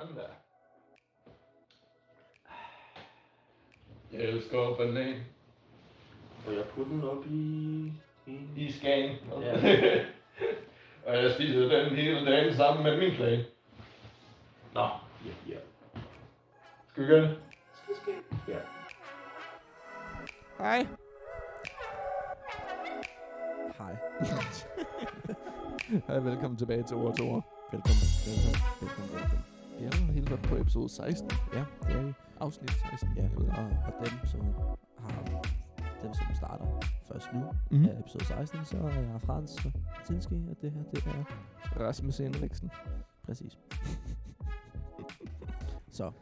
Sådan der. Jeg elsker banan Må jeg putte den op i... i... i Skagen. Ja. og jeg spiser den hele dagen sammen med min klage. Nå, ja, ja. Skal vi gøre det? ja. Hej. Hej. Hej, velkommen tilbage til Ord til Ord. Velkommen, velkommen, velkommen, velkommen. Vi er jo helt oppe på episode 16, Ja, det er vi. afsnit 16. Ja, jeg ved det. og, og dem, som har dem, som starter først nu, Mhm. mm. er episode 16, så er jeg Frans Tinski, og det her, det er Rasmus Henriksen. præcis. så,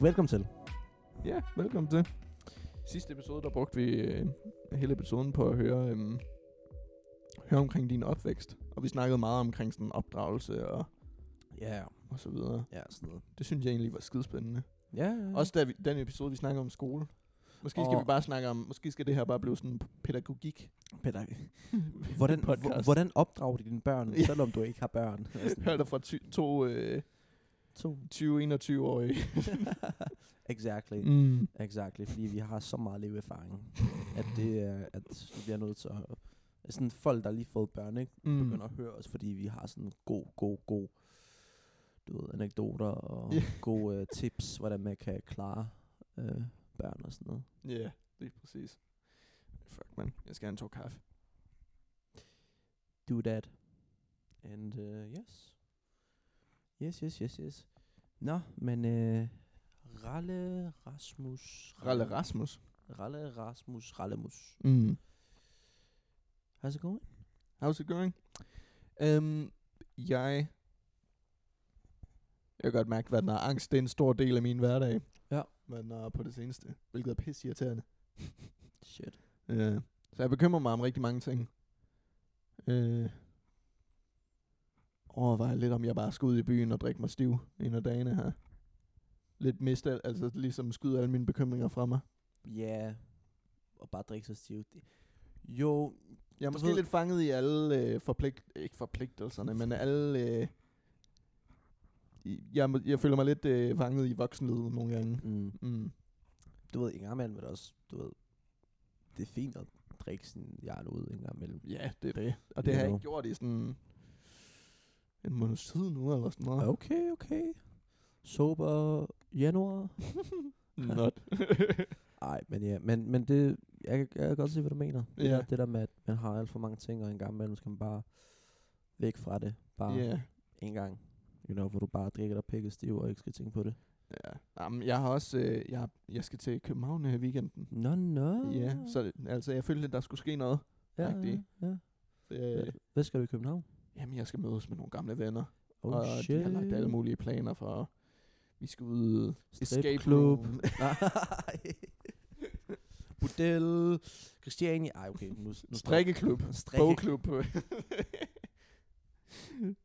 velkommen til. Ja, velkommen til. Sidste episode, der brugte vi øh, hele episoden på at høre, øh, høre omkring din opvækst. Og vi snakkede meget omkring sådan opdragelse og, Ja, og så videre. ja, sådan noget. Det synes jeg egentlig var skidespændende. Ja, ja, ja. Også da vi, den episode, vi snakkede om skole. Måske skal Mm. Og- vi bare snakke om, måske skal det her bare blive sådan en pædagogik. Peter, hvordan, hvor, podcast. hvordan opdrager du dine børn, Ja. selvom du ikke har børn? Eller sådan, Hørte fra ty- to øh, To. 20-21-årige. exactly. Mm. Exactly, fordi vi har så meget leveerfaring, at det er, at vi bliver nødt til at... Sådan folk, der lige har fået børn, ikke? Mm. Begynder at høre os, fordi vi har sådan god, god, god... Du ved, anekdoter og Ja. gode øh, tips, hvordan man kan klare øh, børn og sådan noget. Ja, yeah, lige præcis. Fuck, man. Jeg skal have en tår kaffe. Do that. And uh, yes. Yes, yes, yes, yes. Nå, men øh, Ralle Rasmus... Ralle Rasmus. Ralle Rasmus Rallemus. Mm. How's it going? How's it going? Um, jeg... Jeg kan godt mærke, hvad den er. Angst, det er en stor del af min hverdag. Ja. Hvad den er på det seneste. Hvilket er pisse irriterende. Shit. Ja. Øh, Så jeg bekymrer mig om rigtig mange ting. Øh, overvejer lidt, om jeg bare skal ud i byen og drikke mig stiv en af dagene her. Lidt miste, al- altså ligesom skyde alle mine bekymringer fra mig. Ja, og bare drikke sig stiv. Det- Jo, Jeg er Du måske ved- lidt fanget i alle øh, forpligt, ikke forpligtelserne, men alle... Øh, i- jeg, må- jeg føler mig lidt øh, fanget i voksenlivet nogle gange. mm, Mm. du ved, en gang imellem er det også, du ved, det er fint at drikke sin hjerne ud en gang imellem. Ja, det er det. Og det You har jeg know. ikke gjort i sådan en måneds tid nu, eller sådan noget. Okay, okay. Sober januar. Not. Nej, men ja, men, men det, jeg, kan- jeg kan godt se, hvad du mener. Det, Ja. der, det der med, at man har alt for mange ting, og en gang imellem skal man bare væk fra det. Ja. Bare yeah. en gang. You know, hvor du bare drikker dig pikket stiv og ikke skal tænke på det. Ja. Jamen, jeg har også, øh, jeg, jeg skal til København her i weekenden. Nå, nå. Ja, så altså, jeg følte, at der skulle ske noget. ja, rigtigt. ja, ja. Øh, Hvad skal du i København? jamen, jeg skal mødes med nogle gamle venner. Oh, og shit. de har lagt alle mulige planer for, vi skal ud... Stripklub. room. Nej. Bordel. Christiania. Ej, okay. Nu, nu Strikkeklub. Strikke. Bogklub.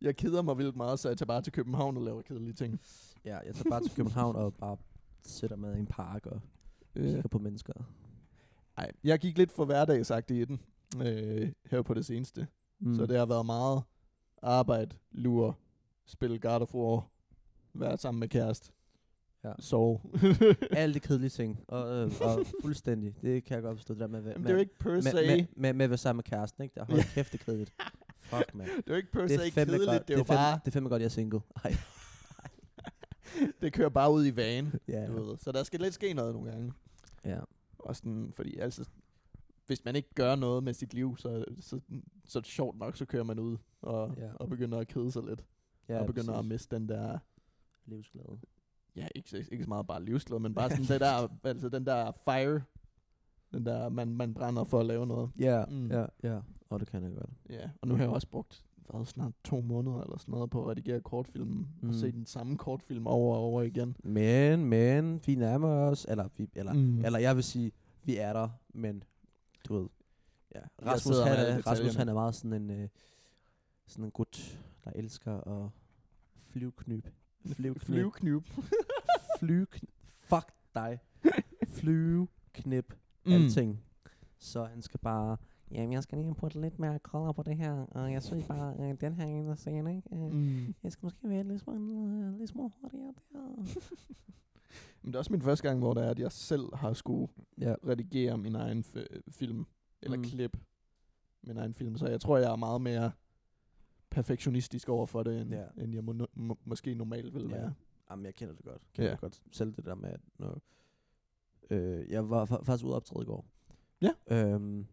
jeg keder mig vildt meget, så jeg tager bare til København og laver kedelige ting. Ja, jeg tager bare til København og bare sætter mig i en park og Øh, kigger på mennesker. ej, jeg gik lidt for hverdagsagtigt i den øh, her på det seneste. Mm. Så det har været meget arbejde, lure, spille God of War, være sammen med kæreste, Ja. sove. Alle de kedelige ting. Og, øh, og fuldstændig. Det kan jeg godt forstå. Det der med, med, Jamen, det er jo ikke per se, med, med, med, med at være sammen med kæresten, ikke? Der holder kæft, det er kedeligt. Fuck, mand. det er jo ikke per Det se er fandme kedeligt, godt. det er jo fandme, bare, det er fandme godt, jeg er single. Ej, det kører bare ud i vanen, ja, du ved. Så der skal lidt ske noget nogle gange. ja. Og sådan, fordi altså, hvis man ikke gør noget med sit liv, så, så, så er det sjovt nok, så kører man ud og, Ja. og begynder at kede sig lidt. ja og begynder at præcis. miste den der, Livsglæde. ja, ikke, ikke, ikke så meget bare livsglæde, men bare sådan det der, altså den der fire, den der, man, man brænder for at lave noget. Ja, Mm. ja, ja. Og det kan jeg godt. Ja, og nu har jeg også brugt hvad, snart to måneder eller sådan noget på at redigere kortfilmen, mm. Mm. og se den samme kortfilm over og over igen. Men, men, vi nærmer os, eller, vi, eller, mm. Mm. eller jeg vil sige, vi er der, men du ved, ja. Jeg Rasmus, sidder med han alle er, Rasmus detaljerne. han er meget sådan en, øh, sådan en gut, der elsker at flyvknyb. Flyvknip. Flyveknip. Flyvknip. Fuck Mm. dig. Flyvknip. Mm. Alting. Så han skal bare Jamen, jeg skal lige putte lidt mere krøller på det her, og jeg synes bare, øh, den her ene scene, ikke? Øh, Mm. jeg skal måske være lidt smule, øh, lidt smule hurtigere der. Men det er også min første gang, hvor det er, at jeg selv har skulle ja. redigere min egen f- film, eller Mm. mm. klip min egen film, så jeg tror, jeg er meget mere perfektionistisk over for det, end, Ja. end jeg må, må, måske normalt vil Ja. være. Jamen, jeg kender det godt. Kender Ja. det godt. Selv det der med, at når, øh, jeg var fa- faktisk ude at optræde i går. Ja. Øhm,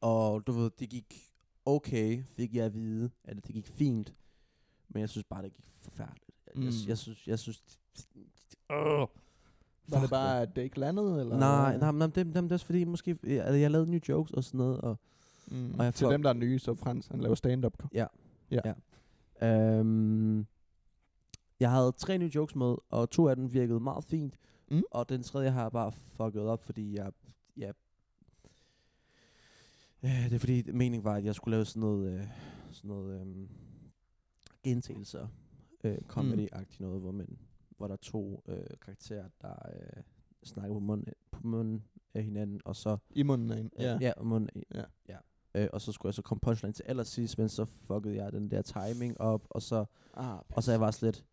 og du ved, det gik okay, fik jeg at vide, at det gik fint. Men jeg synes bare, det gik forfærdeligt. Mm. Jeg, Mm. jeg, synes, jeg synes... Øh, Var det bare, at det ikke landede? Eller? Nej, nej, nej, det, det, det er også fordi, måske, altså, jeg, jeg lavede nye jokes og sådan noget, og Mm. og jeg Til får- dem, der er nye, så Frans, han laver stand-up. Øhm, jeg havde tre nye jokes med, og to af dem virkede meget fint. Mm. Og den tredje har jeg bare fucket op, fordi jeg... jeg øh, det er fordi, meningen var, at jeg skulle lave sådan noget... Øh, sådan noget øh, gentagelser. Øh, comedy-agtigt noget, hvor, man, hvor der er to øh, karakterer, der øh, snakker på munden, på munden af hinanden, og så I munden af en. Ja. ja, munden i. Ja. ja. Øh, og så skulle jeg så komme punchline til allersidst, men så fuckede jeg den der timing op, og så, Ah, og så er jeg bare slet,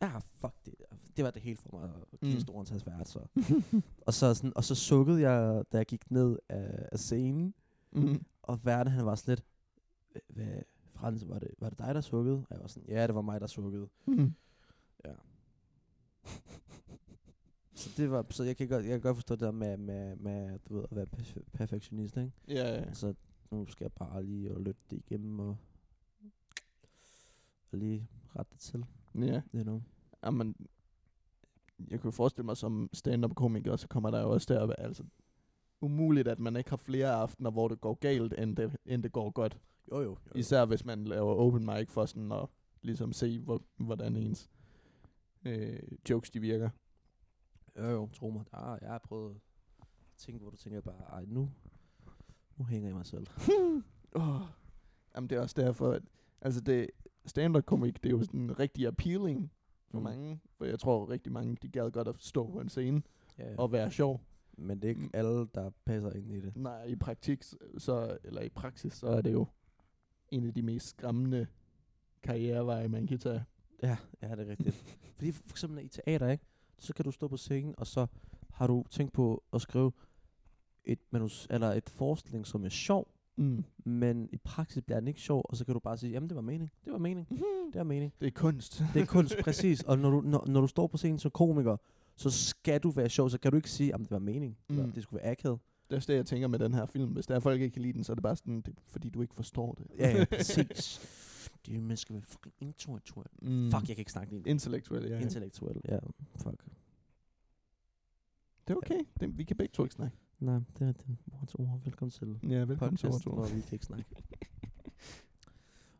ah, fuck det. Det var det hele for mig, og Mm. mm. storen til svært, så. og, så sådan, og så sukkede jeg, da jeg gik ned af, af scenen, mm. og verden han var slet, hvad, Frans, var det, var det dig, der sukkede? Og jeg var sådan, ja, det var mig, der sukkede. Mm. Så, det var, så jeg, kan godt, jeg kan godt forstå det der med, med, med du ved, at være perf- perfektionist, ikke? Ja, ja. Så nu skal jeg bare lige og lytte det igennem og, og lige rette det til. ja. You know. Jamen, jeg kunne forestille mig som stand-up-komiker, så kommer der jo også der at være, altså, umuligt, at man ikke har flere aftener, hvor det går galt, end det, end det går godt. Jo jo. jo. Især hvis man laver open mic for sådan at ligesom se, hvor, hvordan ens øh, jokes de virker. jo, jo. Tro mig. Ah, jeg har prøvet ting, hvor du tænker bare, ej nu, nu hænger jeg mig selv. Oh. Jamen, det er også derfor, at altså det, stand-up-komik, det er jo sådan rigtig appealing for Mm. mm. mange. For jeg tror rigtig mange, de gad godt at stå på en scene Ja. og Mm. være sjov. Men det er ikke alle, der passer ind i det. Nej, i praktik, s- så, eller i praksis, så er det jo en af de mest skræmmende karriereveje, man kan tage. Ja, ja det er rigtigt. Fordi for eksempel i teater, ikke? så kan du stå på scenen, og så har du tænkt på at skrive et manus, eller et forestilling, som er sjov, Mm. men i praksis bliver den ikke sjov, og så kan du bare sige, jamen det var mening, det var mening, det var mening. Det er kunst. Det er kunst, præcis. Og når du, når, når du står på scenen som komiker, så skal du være sjov, så kan du ikke sige, at det var mening. Mm. Mm. Det skulle være akavet. Det er også det, jeg tænker med den her film. Hvis der er folk, ikke kan lide den, så er det bare sådan, det, er fordi du ikke forstår det. Ja, ja, præcis. Det er, man skal være fucking intellektuel. Mm. Mm. Fuck, jeg kan ikke snakke lige nu. Intellektuelt, ja. ja. Intellektuel, ja. Fuck. det er okay. Det, vi kan begge to ikke snakke. Nej, det er den vores ord. Velkommen til Ja, velkommen til podcast, hvor vi kan ikke snakke.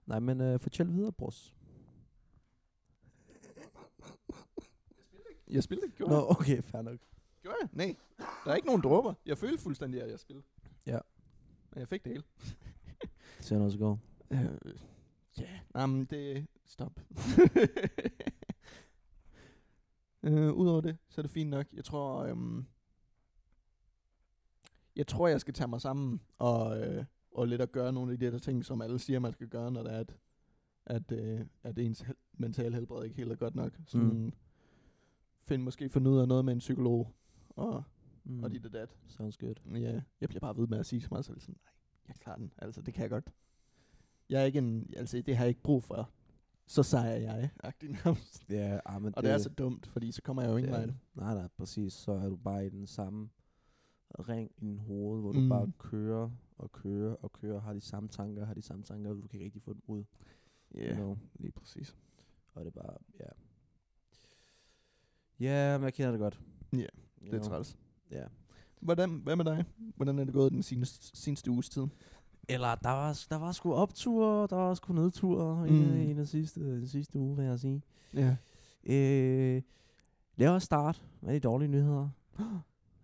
Nej, men øh, fortæl videre, Bros. Jeg spillede ikke, gjorde Nå, jeg? okay, fair nok. Gjorde jeg? Nej. Der er ikke nogen dråber. Jeg følte fuldstændig, at jeg spillede. Ja. Men jeg fik det hele. Det ser han også i går. Øh, Ja, nej, men det... Stop. øh, Udover det, så er det fint nok. Jeg tror, øhm, jeg tror, jeg skal tage mig sammen og, øh, og lidt at gøre nogle af de der ting, som alle siger, man skal gøre, når det er, at, at, øh, at ens hel- mentale helbred ikke helt er godt nok. Sådan, Mm. mm. Find måske finde ud af noget med en psykolog og, Mm. mm. og dit og dat. Sounds good. Ja, jeg bliver bare ved med at sige til mig selv sådan, nej, jeg klarer den, altså det kan jeg godt. Jeg er ikke en, altså det har jeg ikke brug for. Så sejrer jeg, agtig nærmest. Ja, ah, men Og det, er så dumt, fordi så kommer jeg jo ingen Det vej. er det. Nej, nej, præcis. Så er du bare i den samme ring i din hoved, hvor du Mm. bare kører og kører og kører, har de samme tanker, har de samme tanker, og du kan ikke rigtig få dem ud. Ja, You know? lige præcis. Og det er bare, ja. Ja, men jeg kender det godt. Ja, You Det er know? træls. Ja. Hvordan, hvad med dig? Hvordan er det gået den seneste, seneste uges tid? Eller der var, der var sgu opture, der var sgu nedture mm. Mm. i, i den, sidste, den sidste uge, vil jeg sige. Ja. Øh, lad os starte med de dårlige nyheder.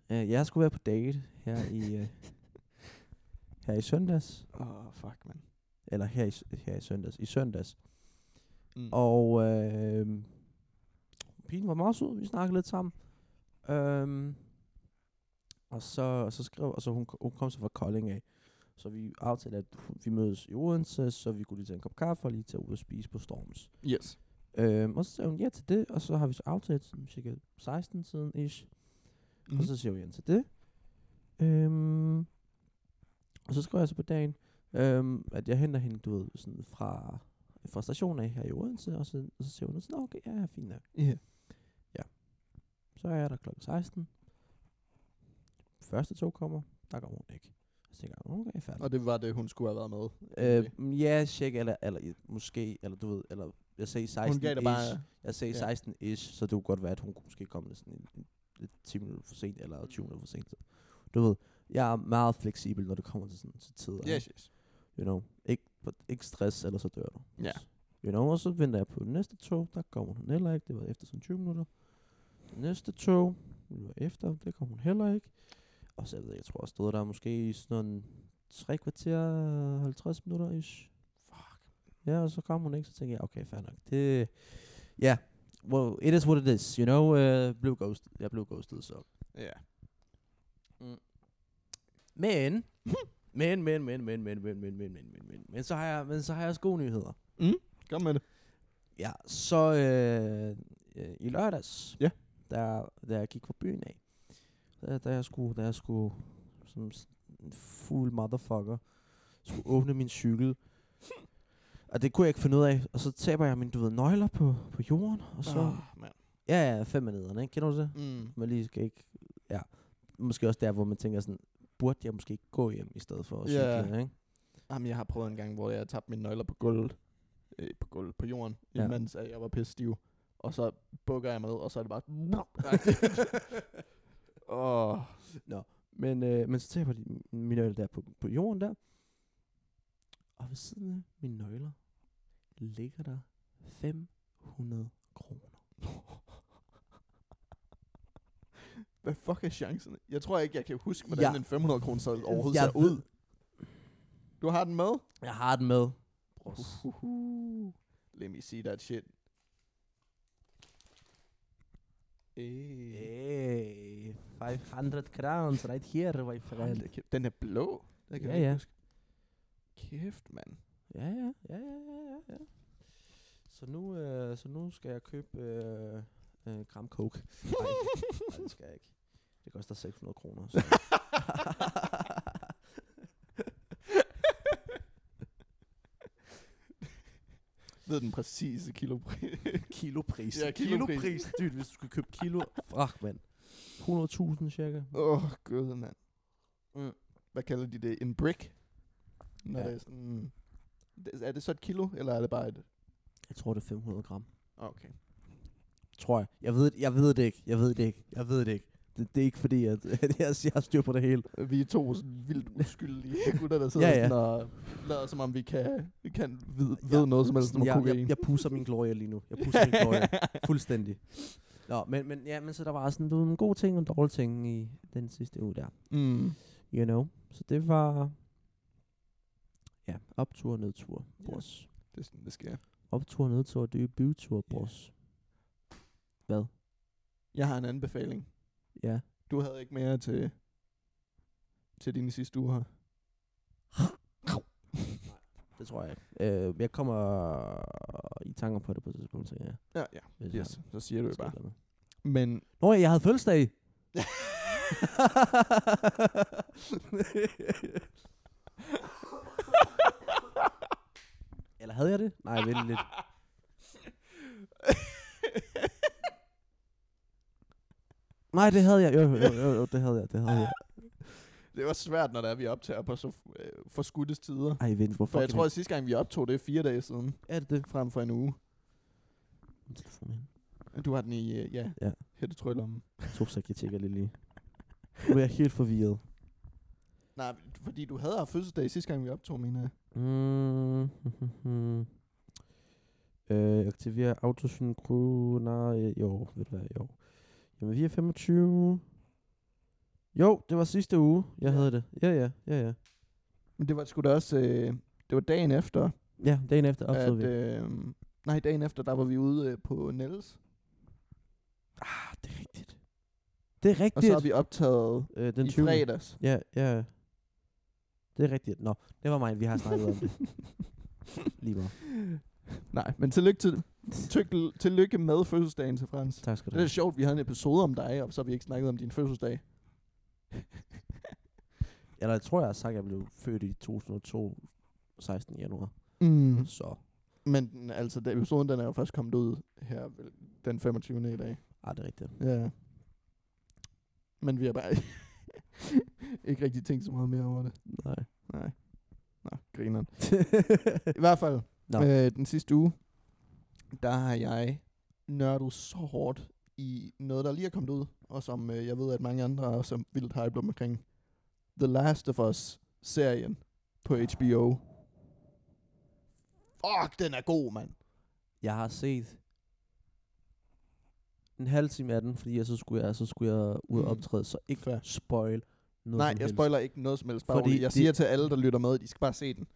øh, jeg skulle være på date her i, øh, her i søndags. Åh, oh, fuck, mand. Eller her i, s- her i søndags. I søndags. Mm. Og øh, pigen var meget sød. Vi snakkede lidt sammen. altså Øhm, og så, og så skrev, og så hun, hun kom så fra Kolding af. Så vi aftalte, at vi mødes i Odense, så vi kunne lige tage en kop kaffe og lige tage ud og spise på Storms. Yes. Øhm, og så sagde hun ja til det, og så har vi så aftalt sådan cirka 16 siden ish. Mm. Mm-hmm. Og så siger hun ja til det. Øhm, og så skrev jeg så på dagen, øhm, at jeg henter hende, du ved, sådan fra, fra stationen af her i Odense, og så, og så siger hun sådan, "Nå, okay, ja, ja, fint nok. Ja. Så er jeg der klokken 16. Første tog kommer, der kommer hun ikke. Så tænker jeg, okay, færdig. Og det var det, hun skulle have været med. Øh, mm, ja, cirka, eller, eller i- måske, eller du ved, eller jeg sagde 16-ish. hun gav det bare... Jeg sagde ja. 16-ish, så det kunne godt være, at hun kunne måske komme lidt sådan en, en, lidt 10 minutter for sent, eller Mm. 20 minutter for sent. Så, du ved, jeg er meget fleksibel, når det kommer til sådan til tider. Yes, yes. You know, ikke, ikke stress, eller så dør du. Ja. You know, og så venter jeg på det næste tog, der kommer hun heller ikke, det var efter sådan 20 minutter. Det næste tog, det var efter, det kom hun heller ikke. Og så jeg ved jeg, jeg tror, jeg stod der måske i sådan tre kvarter, 50 minutter ish. Fuck. Ja, og så kom hun ikke, så tænkte jeg, okay, fair nok. Det, ja, yeah. well, it is what it is, you know, uh, blev ghosted. Jeg blev ghosted, så. Ja. Men, men, men, men, men, men, men, men, men, men, men, men, men, så har jeg, men så har jeg også gode nyheder. Mm, kom med det. Ja, så øh, øh, i lørdags, Ja. der, der jeg gik fra byen af, der, der jeg skulle, der jeg skulle som s- en fuld motherfucker, skulle åbne min cykel. Og det kunne jeg ikke finde ud af. Og så taber jeg mine, du ved, nøgler på, på jorden. Og så, oh. Ah, mand. ja, ja, fem af nederne, ikke? Kender du det? Mm. Man lige skal ikke, ja. Måske også der, hvor man tænker sådan, burde jeg måske ikke gå hjem i stedet for at Ja. cykle, ikke? Jamen, jeg har prøvet en gang, hvor jeg tabte mine nøgler på gulvet. Øh, på gulvet, på jorden. Ja. Ja. Imens at jeg var pisse stiv. Og så bukker jeg med, og så er det bare... Åh. oh. Men, øh, men så taber de m- mine nøgler der på, på jorden der. Og ved siden af mine nøgler ligger der 500 kroner. Hvad fuck er chancen? Jeg tror ikke, jeg kan huske, hvordan Ja. ja. en 500 kroner seddel overhovedet Jeg ser ved- ud. Du har den med? Jeg har den med. Uhuhu. Let me see that shit. Hey. Hey, 500 crowns right here, my friend. Den er blå. Det kan Ja, jeg ikke ja. huske. Kæft, mand. Ja, ja, ja, ja, ja, ja, ja. Så nu, øh, så nu skal jeg købe øh, øh, gram coke. Nej, nej, det skal jeg ikke. Det koster 600 kroner. Så. Ved den præcise kilopris. kilopris. Ja, kilopris. kilopris. Dyrt, hvis du skal købe kilo. Frak, mand. 100.000 cirka. Åh, oh, gud, mand. Mm. Hvad kalder de det? En brick? Når Ja. ja. det er sådan... Det- Er det så et kilo, eller er det bare et... Jeg tror, det er 500 gram. Okay. Tror jeg. Jeg ved, jeg ved det ikke. Jeg ved det ikke. Jeg ved det ikke. Det, det er ikke fordi, at, at jeg, jeg har styr på det hele. øh, Vi er to sådan vildt uskyldige gutter, der sidder Ja, ja, ja. ja. sådan og lader som om vi kan, vi kan vide, ved noget som helst om jeg, kokain. jeg, jeg pusser min glorie lige nu. Jeg pusser min glorie. Fuldstændig. Nå, men, men, ja, men så der var sådan du ved, nogle gode ting og dårlige ting i den sidste uge der. Mm. You know. Så det var... Ja, optur og nedtur, Ja. bros. Det er sådan, det sker. Optur og nedtur, det er jo bytur, Ja. bros. Hvad? Jeg har en anbefaling. Ja. Du havde ikke mere til, til dine sidste uger her. Det tror jeg ikke. Øh, jeg kommer i tanker på det på et tidspunkt, tænker jeg. Ja, ja. Hvis Yes, så siger du jeg det bare. har- skal noget. Men Nå, jeg havde fødselsdag. Eller havde jeg det? Nej, vent lidt. Nej, det havde jeg. Jo, jo, jo, jo, jo det havde jeg. Det havde jeg. det var svært, når der er, vi optager på så øh, forskudtes tider. Ej, vent, hvorfor? For jeg tror, at sidste gang vi optog, det er fire dage siden, er det det? frem for en uge. Min telefon hen. Du har den i, øh, ja, Ja. ja. hættetrøllommen. To sekunder, jeg tjekker lige lige. Nu er jeg helt forvirret. Nej, fordi du havde haft fødselsdag sidste gang, vi optog, mener jeg. Mm. øh, aktiver autosynkron. Nej, jo, ved du hvad, jo. Jamen, vi er 25. Jo, det var sidste uge, jeg ja. Ja. havde det. Ja, ja, ja, ja. Men det var sgu da også, øh, det var dagen efter, Ja, dagen efter opstod at, vi. øh, nej, dagen efter, der var vi ude øh, på Niels, Ah, det er rigtigt. Det er og så rigtigt. har vi optaget øh, den den i 20. fredags. Ja, ja. Det er rigtigt. Nå, det var mig, vi har snakket om det. Lige meget. Nej, men tillykke, til, tyk, tillykke med fødselsdagen til Frans. Tak skal du Det er have. sjovt, vi havde en episode om dig, og så har vi ikke snakket om din fødselsdag. Eller jeg tror, jeg har sagt, at jeg blev født i 2002, 16. januar. Mm. Så, Men den- altså, den episoden den er jo først kommet ud her vel, den 25. i dag. ah, det er rigtigt. Ja. Men vi har bare ikke rigtig tænkt så meget mere over det. Nej. Nej. Nå, grineren. I hvert fald, Nå. øh, den sidste uge, der har jeg nørdet så hårdt i noget, der lige er kommet ud, og som øh, jeg ved, at mange andre også er vildt hyped om omkring. The Last of Us-serien på HBO. Fuck, den er god, mand. Jeg har set en halv time af den, fordi jeg så skulle jeg, så skulle jeg ud og Mm. optræde, så ikke Fair. spoil noget Nej, som jeg helst. spoiler ikke noget som helst. Bare Fordi Fordi jeg det- siger til alle, der lytter med, at de skal bare se den.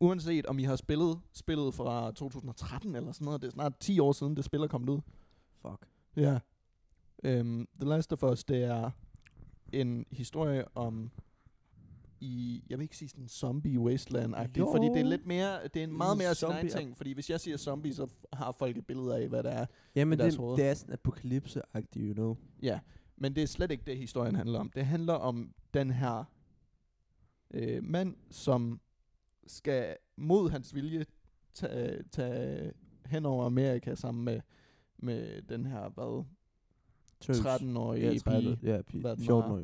Uanset om I har spillet spillet fra 2013 eller sådan noget, det er snart 10 år siden, det spil er kommet ud. Fuck. Ja. Øhm, The Last of Us, det er en historie om i, jeg vil ikke sige sådan zombie wasteland Jo. fordi det er lidt mere, det er en meget Mm, mere sin egen zombie- ting, fordi hvis jeg siger zombie, så har folk et billede af, hvad det er. Jamen, deres det, hoveder. det er sådan apokalypse-agtigt, you know. Ja, men det er slet ikke det, historien handler om. Det handler om den her øh, mand, som skal mod hans vilje tage, tage hen over Amerika sammen med, med den her, hvad, Tøs. 13-årige ja, ja, pige. 13. Ja, pige. Hvad den 14 var.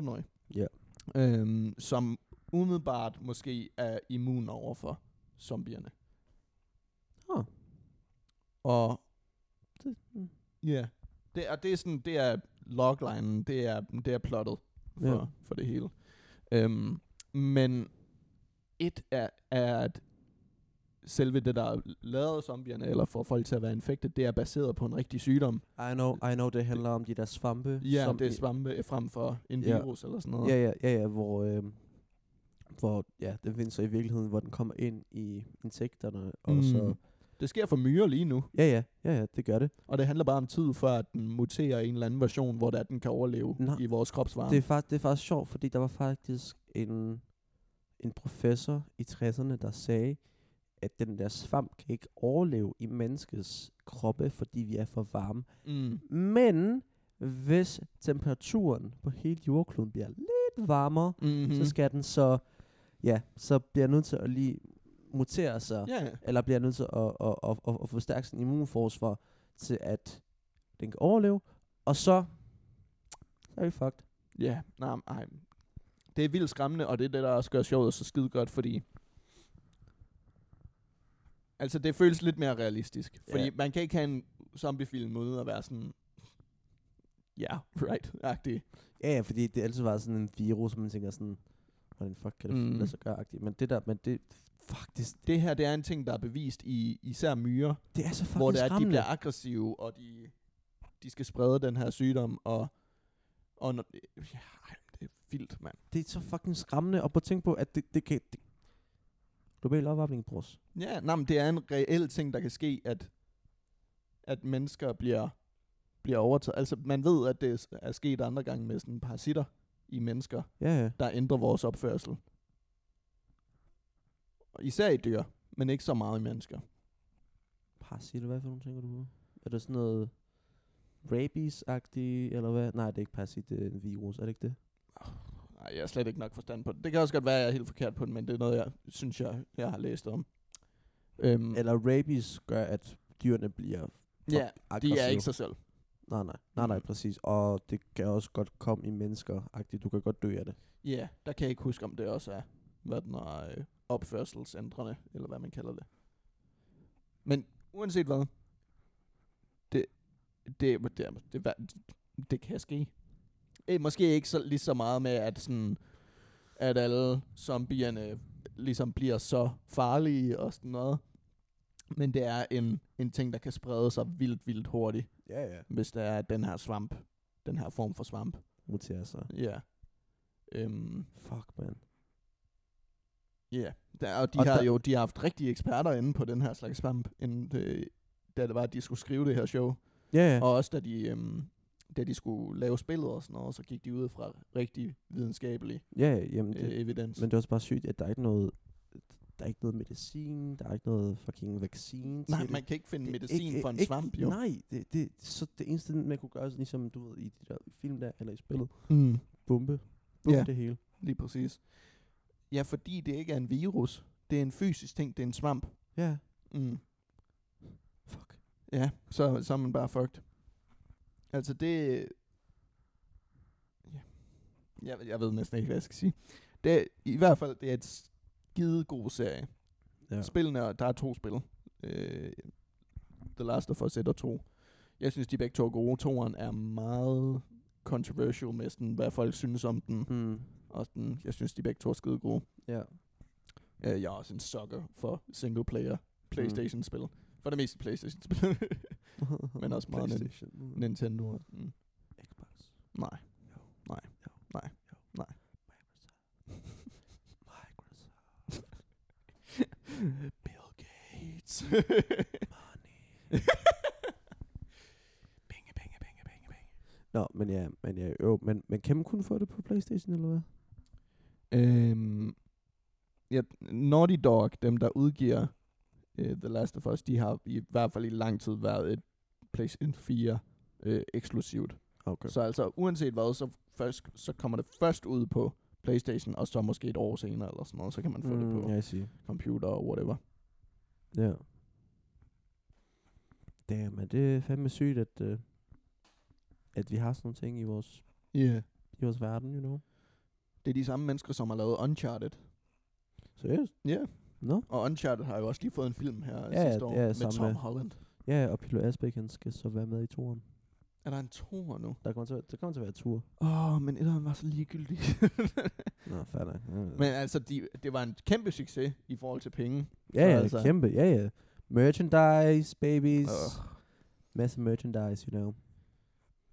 år. 14-årig. Ja. Øhm, som umiddelbart måske er immun over for zombierne. Ah. Og Det- mm. ja, yeah. det er det er sådan det er loglinen, det er det er plottet for, Ja. for det hele. Øhm, men et er, er at selve det der lader zombierne eller får folk til at være infektet, det er baseret på en rigtig sygdom. I know, I know, det handler om de der svampe. Ja, som som det er i- svampe frem for en Ja. virus eller sådan noget. Ja, ja, ja, ja hvor, øh, hvor ja, den findes så i virkeligheden, hvor den kommer ind i insekterne, og Mm. så... Det sker for myrer lige nu, Ja, ja, ja, ja, det gør det. og det handler bare om tid, før at den muterer i en eller anden version, hvor det er, at den kan overleve Nå. i vores kropsvarme. Det er, faktisk, det er faktisk sjovt, fordi der var faktisk en, en professor i 60'erne, der sagde, at den der svamp kan ikke overleve i menneskets kroppe, fordi vi er for varme. mm. Men hvis temperaturen på hele jordkloden bliver lidt varmere, Mm-hmm. mm. så skal den så, ja, så bliver nødt til at lige mutere sig, Ja, ja. eller bliver nødt til at, at, at, at, at forstærke sin immunforsvar til, at den kan overleve, og så, så er vi fucked. Ja, nej, nej. Det er vildt skræmmende, og det er det, der også gør showet så skide godt, fordi... Altså, det føles lidt mere realistisk. Fordi Ja. man kan ikke have en zombiefilm uden at være sådan... Ja, yeah, right-agtig. Ja, ja, fordi det altid var sådan en virus, man tænker sådan, hvordan fuck kan det mm. Mm. lade sig gøre, agtigt. men det der, men det, fuck, det, Det her, det er en ting, der er bevist i især myrer, det er så fucking hvor det er, at de skræmmende. bliver aggressive, og de, de skal sprede den her sygdom, og... og når, ja, ej, det er vildt, mand. Det er så fucking skræmmende, og på at tænke på, at det, det kan, det, global opvarmning, brors. Ja, nej, men det er en reel ting, der kan ske, at, at mennesker bliver, bliver overtaget. Altså, man ved, at det er sket andre gange med sådan parasitter i mennesker, Ja, ja. der ændrer vores opførsel. Og Især i dyr, men ikke så meget i mennesker. Parasitter, hvad for nogle tænker du på? Er det sådan noget rabies-agtigt, eller hvad? Nej, det er ikke parasit, det er en virus, er det ikke det? Nej, jeg har slet ikke nok forstand på det. Det kan også godt være, at jeg er helt forkert på det, men det er noget, jeg synes, jeg, jeg har læst om. Øhm, Eller rabies gør, at dyrene bliver ja, aggressive. de er ikke sig selv. Nej, nej, nej, nej, Mm. præcis. Og det kan også godt komme i mennesker-agtigt, du kan godt dø af det. Ja, yeah, der kan jeg ikke huske, om det også er, hvad den er, øh, opførselsændrende, eller hvad man kalder det. Men uanset hvad, det, det, det, det, det, det, det kan ske. Eh, måske ikke så, lige så meget med, at, sådan, at alle zombierne ligesom bliver så farlige og sådan noget. Men det er en, en ting, der kan sprede sig vildt, vildt hurtigt, Ja, ja. hvis der er den her svamp, den her form for svamp. Muterer sig. Ja. Yeah. Øhm, Fuck, man. Ja, yeah. der, og de Og og har der- jo de har haft rigtige eksperter inde på den her slags svamp, inden det, da det var, at de skulle skrive det her show. Ja, ja. Ja. Og også da de, øhm, da de skulle lave spillet og sådan noget, så gik de ud fra rigtig videnskabelig Ja, ja, jamen, øh, det, evidens. men det er også bare sygt, at der er ikke noget, der er ikke noget medicin, der er ikke noget fucking vaccine Nej, til man kan ikke det. finde Det er medicin ikke- for en ikke- svamp, jo. Nej, det, det, så det eneste, man kunne gøre, så ligesom du ved, i de der film der, eller i spillet, Mm, bombe, bombe Ja. det hele. lige præcis. Ja, fordi det ikke er en virus. Det er en fysisk ting, det er en svamp. Ja, Mm. fuck. Ja, så, så er man bare fucked. Altså det... Ja. Jeg, jeg ved næsten ikke, hvad jeg skal sige. Det er, I hvert fald, det er et skide god serie. Ja. Ja. Spillene, er- der er to spil. Øh, The Last of Us 1 og 2. Jeg synes, de begge to er gode. Toeren er meget controversial med sådan, hvad folk synes om den. Mm. Og sådan, jeg synes, de begge to er skide gode. Ja. Øh, jeg er også en sucker for single player Playstation-spil. For det meste Playstation-spil. Men også meget nem- PlayStation. Nintendo. Mm. Xbox. Nej. Jo. Nej. Jo. Nej. Jo. Nej. Microsoft. Microsoft. Bill Gates. Penge, penge, penge, penge, penge. Nå, men ja, men ja, jo, men, men kan man kun få det på Playstation, eller hvad? øhm, ja, Naughty Dog, dem der udgiver uh, The Last of Us, de har i hvert fald i lang tid været et PlayStation 4 øh, eksklusivt. Okay. Så altså uanset hvad, så, først, så kommer det først ud på Playstation, og så måske et år senere eller sådan noget, så kan man få mm, det på Ja, yeah. jeg siger. computer og whatever. Ja. Damn, men det er fandme sygt, at, øh, at vi har sådan nogle ting i vores, Yeah. i vores verden, you know. Det er de samme mennesker, som har lavet Uncharted. Seriøst? Ja. Yeah. Nå? Og Uncharted har jo også lige fået en film her Ja, ja, sidste ja, år ja, med sammen Tom med- Holland. Ja, og Pilo Asbæk, han skal så være med i toren. Er der en toer nu? Der kommer til, at- der kommer til at være et tur. Åh, oh, men etteren var så ligegyldig. Nå, færdig. men altså, de, det var en kæmpe succes i forhold til penge. Ja, ja, altså- kæmpe. Ja, ja. Merchandise, babies. Uh. Ugh. Masse merchandise, you know.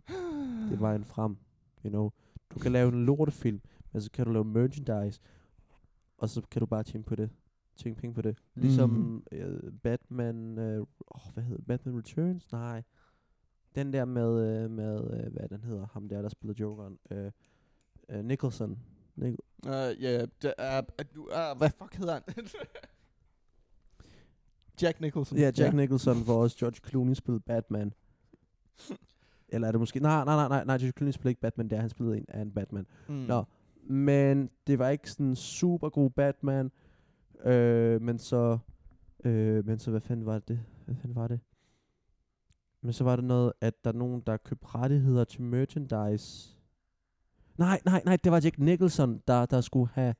Det var en frem, you know. Du kan lave en lortefilm, men så kan du lave merchandise, og så kan du bare tjene på det. Tjene penge på det. Ligesom Mhm. mm. øh, Batman, øh, oh, hvad hedder Batman Returns? Nej. Den der med, øh, med øh, hvad den hedder, ham der, der spiller Jokeren. Øh, øh, Nicholson. Nic- Øh, ja, det er, at du, uh, hvad fuck hedder han? Jack Nicholson. Ja, Jack Nicholson, hvor også George Clooney spillede Batman. Eller er det måske... Nej, nej, nej, nej, nej George Clooney spillede ikke Batman der, han spillede en anden Batman. Mm. Nå. Men det var ikke sådan en super god Batman. Øh, men så... Øh, men så hvad fanden var det? Hvad fanden var det? Men så var det noget, at der er nogen, der købte rettigheder til merchandise. Nej, nej, nej, det var Jack Nicholson, der, der skulle have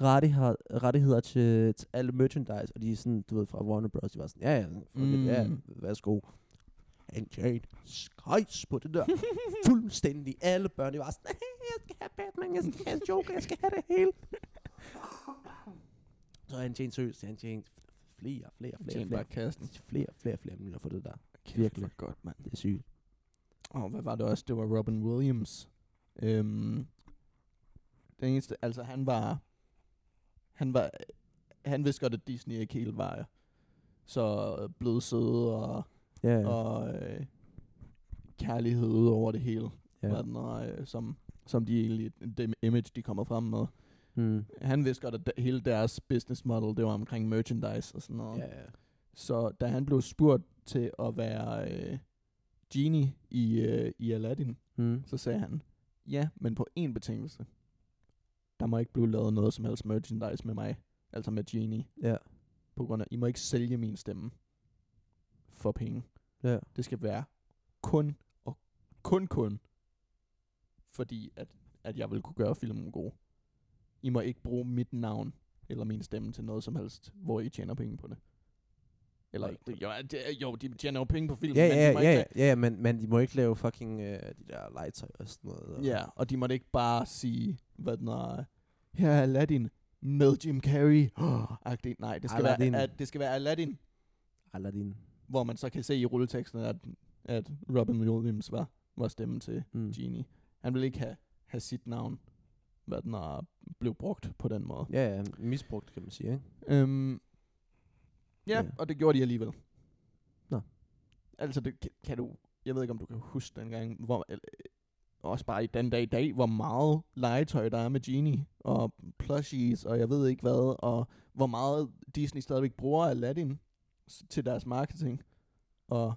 rettigheder, rettigheder til, til alle merchandise. Og de er sådan, du ved, fra Warner Bros. De var sådan, ja, ja, fuck it, ja, Mm. værsgo. Han tjente skøjs på det der. Fuldstændig alle børn, de var sådan, jeg skal have Batman, jeg skal have Joker, jeg skal have det hele. Så han tjente seriøst, han tjente flere, flere, flere, Tjene flere, bare kassen. flere, flere, flere millioner for det der. Kæft, Virkelig. hvor godt, mand. Det er sygt. Og hvad var det også? Det var Robin Williams. Øhm, den eneste, altså han var, han var, han vidste godt, at Disney ikke helt var så blød søde og, Ja, ja. ja, og øh, kærlighed ud over det hele, ja. ja. hvad den er, øh, som, som de egentlig, det image, de kommer frem med. Mm. Han vidste godt, at de, hele deres business model, det var omkring merchandise og sådan noget. Ja, ja. Så da han blev spurgt til at være øh, genie i, øh, i Aladdin, Mm. så sagde han, ja, men på én betingelse. Der må ikke blive lavet noget som helst merchandise med mig, altså med Genie, Ja, på grund af, I må ikke sælge min stemme for penge. ja. Det skal være kun og kun kun, fordi at, at jeg vil kunne gøre filmen god. I må ikke bruge mit navn eller min stemme til noget som helst, hvor I tjener penge på det. Eller, Nej. det, jo, det, jo, de tjener jo penge på filmen, Ja, men ja, de må ja, ikke ja, ja, men, men de må ikke lave fucking øh, de der legetøj og sådan noget. Og Ja, og de måtte ikke bare sige, hvad den er, her er Aladdin med Jim Carrey. agtigt. Nej, det skal, Aladdin. være, at, det skal være Aladdin, Aladdin. hvor man så kan se i rulleteksten, at, at Robin Williams var, var stemmen til Mm. Genie. Han ville ikke have, have sit navn, hvad den er, blev brugt på den måde. Ja, ja, misbrugt kan man sige, ikke? Øhm, ja, Ja. og det gjorde de alligevel. Nå. Altså, det, kan, kan du jeg ved ikke, om du kan huske dengang, hvor, eller, øh, også bare i den dag i dag, hvor meget legetøj der er med Genie, og plushies, og jeg ved ikke hvad, og hvor meget Disney stadigvæk bruger Aladdin s- til deres marketing, og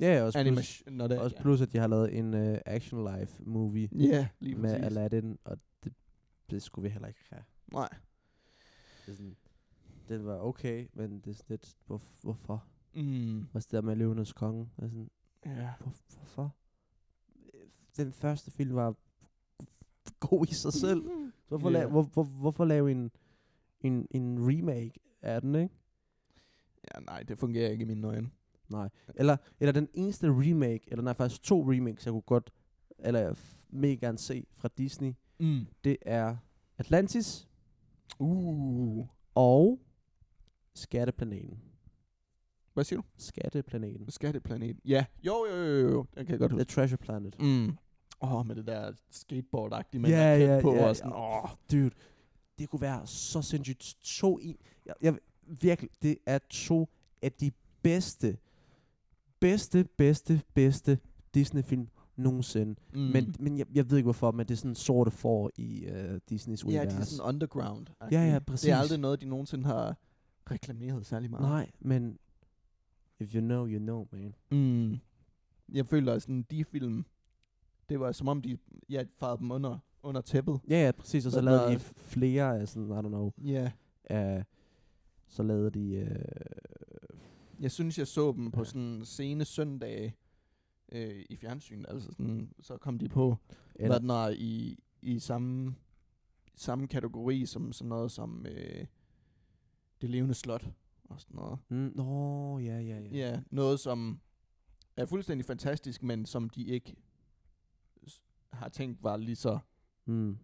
Ja, også plus, animation, når det er. også plus, at de har lavet en uh, action live movie Ja, lige med præcis. Aladdin, og det, det skulle vi heller ikke have. Nej. Det, er sådan, det var okay, men det er sådan lidt, hvor, hvorfor? Mm. Også det der med Løvenes Konge, og sådan, Ja. hvor, hvorfor? Øh, Den første film var god i sig selv. Hvorfor, yeah. Ja. hvor, hvor, hvorfor lave en, en, en remake af den, ikke? ja, nej, det fungerer ikke i mine øjne. Eller, eller den eneste remake, eller nej, faktisk to remakes, jeg kunne godt, eller jeg f- mega gerne se fra Disney, Mm. det er Atlantis Uh. og Skatteplaneten. Hvad siger du? Skatteplaneten. Skatteplaneten. Ja. Jo, jo, jo, jo. Den kan jeg godt The huske. Treasure Planet. Mm. Åh, oh, med det der skateboard-agtige, man Ja, har kæft ja, på, ja, og sådan, åh, oh, Dude, det kunne være så sindssygt to i. Jeg, jeg, virkelig, det er to af de bedste, bedste, bedste, bedste Disney-film nogensinde. mm. Mm. Men, men jeg, jeg ved ikke hvorfor, men det er sådan sorte får i uh, Disneys ja, univers. de er sådan underground Ja, ja, præcis. Det er aldrig noget, de nogensinde har reklameret særlig meget. Nej, men if you know, you know, man. Mm. Jeg føler, at sådan, de film, det var som om, de ja, farvede dem under, under tæppet. Ja, ja, præcis. Og så Hvad lavede med- de f- flere af sådan, I don't know, Ja, uh, så lavede de, uh, jeg synes, jeg så dem på Ja. sådan sene søndage øh, i fjernsyn. Altså sådan, så kom de på, eller, eller den er i, i samme, samme kategori som sådan noget som øh, Det Levende Slot og sådan noget. mm, nå, ja, ja, ja. Ja, yeah, noget som er fuldstændig fantastisk, men som de ikke s- har tænkt var lige så Mm.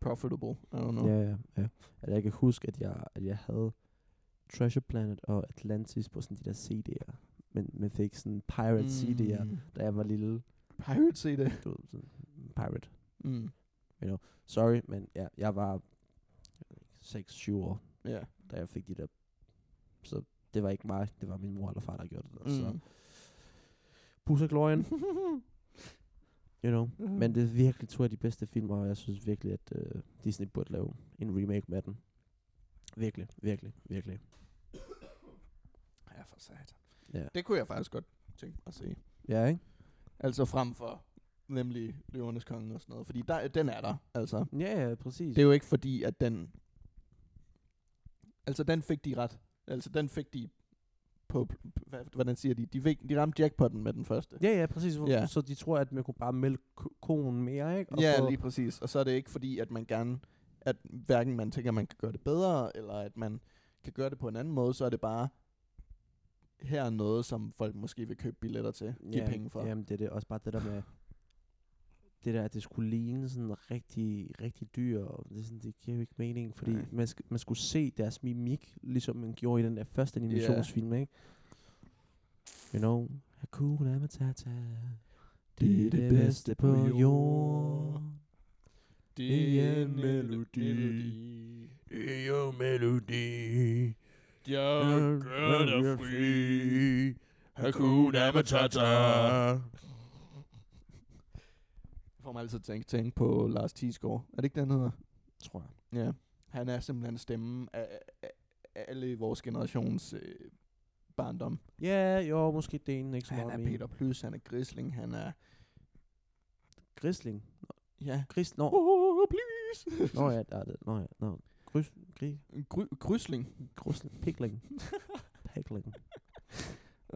profitable. I don't know. Ja, ja, ja. Altså, jeg kan huske, at jeg, at jeg havde Treasure Planet og Atlantis på sådan de der CD'er. Men man fik sådan pirate mm. CD'er, Mm. da jeg var lille. Pirate CD. Du ved, sådan, pirate. Mm. Sorry, men ja, jeg var 6-7 år, Ja. da jeg fik de der. Så det var ikke mig, det var min mor eller far, der gjorde det. Mm. Så Mm. pus og glorien. you know. Mm. Men det er virkelig to af de bedste film, og jeg synes virkelig, at øh, Disney burde lave en remake med den. Virkelig, virkelig, virkelig. Mm. Ja, for sat. Ja, Det kunne jeg faktisk godt tænke mig at se. ja ikke? Altså frem for nemlig Løvernes Konge og sådan noget. Fordi der, den er der, altså. Ja, ja, præcis. Det er jo ikke fordi, at den... Altså, den fik de ret. Altså, den fik de på... p- Hvad, hvordan siger de? De, fik, de ramte jackpotten med den første. ja, ja, præcis. Ja. Ja. Så de tror, at man kunne bare mælke ko- konen mere, ikke? Ja, få- lige præcis. Og så er det ikke fordi, at man gerne... At hverken man tænker, at man kan gøre det bedre, eller at man kan gøre det på en anden måde, så er det bare... Her er noget, som folk måske vil købe billetter til. Give Jamen, penge for. Jamen, det er det. Også bare det der med, det der, at det skulle ligne sådan rigtig, rigtig dyr, og det, er sådan, det giver jo ikke mening, fordi Nej. man, sk- man skulle se deres mimik, ligesom man gjorde i den der første animationsfilm, ikke? You know, Hakuna Matata, det er det bedste på jord. Det er en melodi. melodi. Det er jo melodi. Jeg gør dig fri. Hakuna Matata. Jeg får mig altid tænke, tænke på Lars Thiesgaard. Er det ikke, den hedder? Tror jeg. Ja. Han er simpelthen stemmen af, af, af alle vores generations øh, barndom. Ja, jo, måske det er en ikke så Han meget er min. Peter Plys, han er Grisling, han er... Grisling. Ja. Gris, nå. Oh, please! Nå ja, der er det. Nå ja, nå. Grys, gri, Gry, grysling. grusling, pikling. pikling.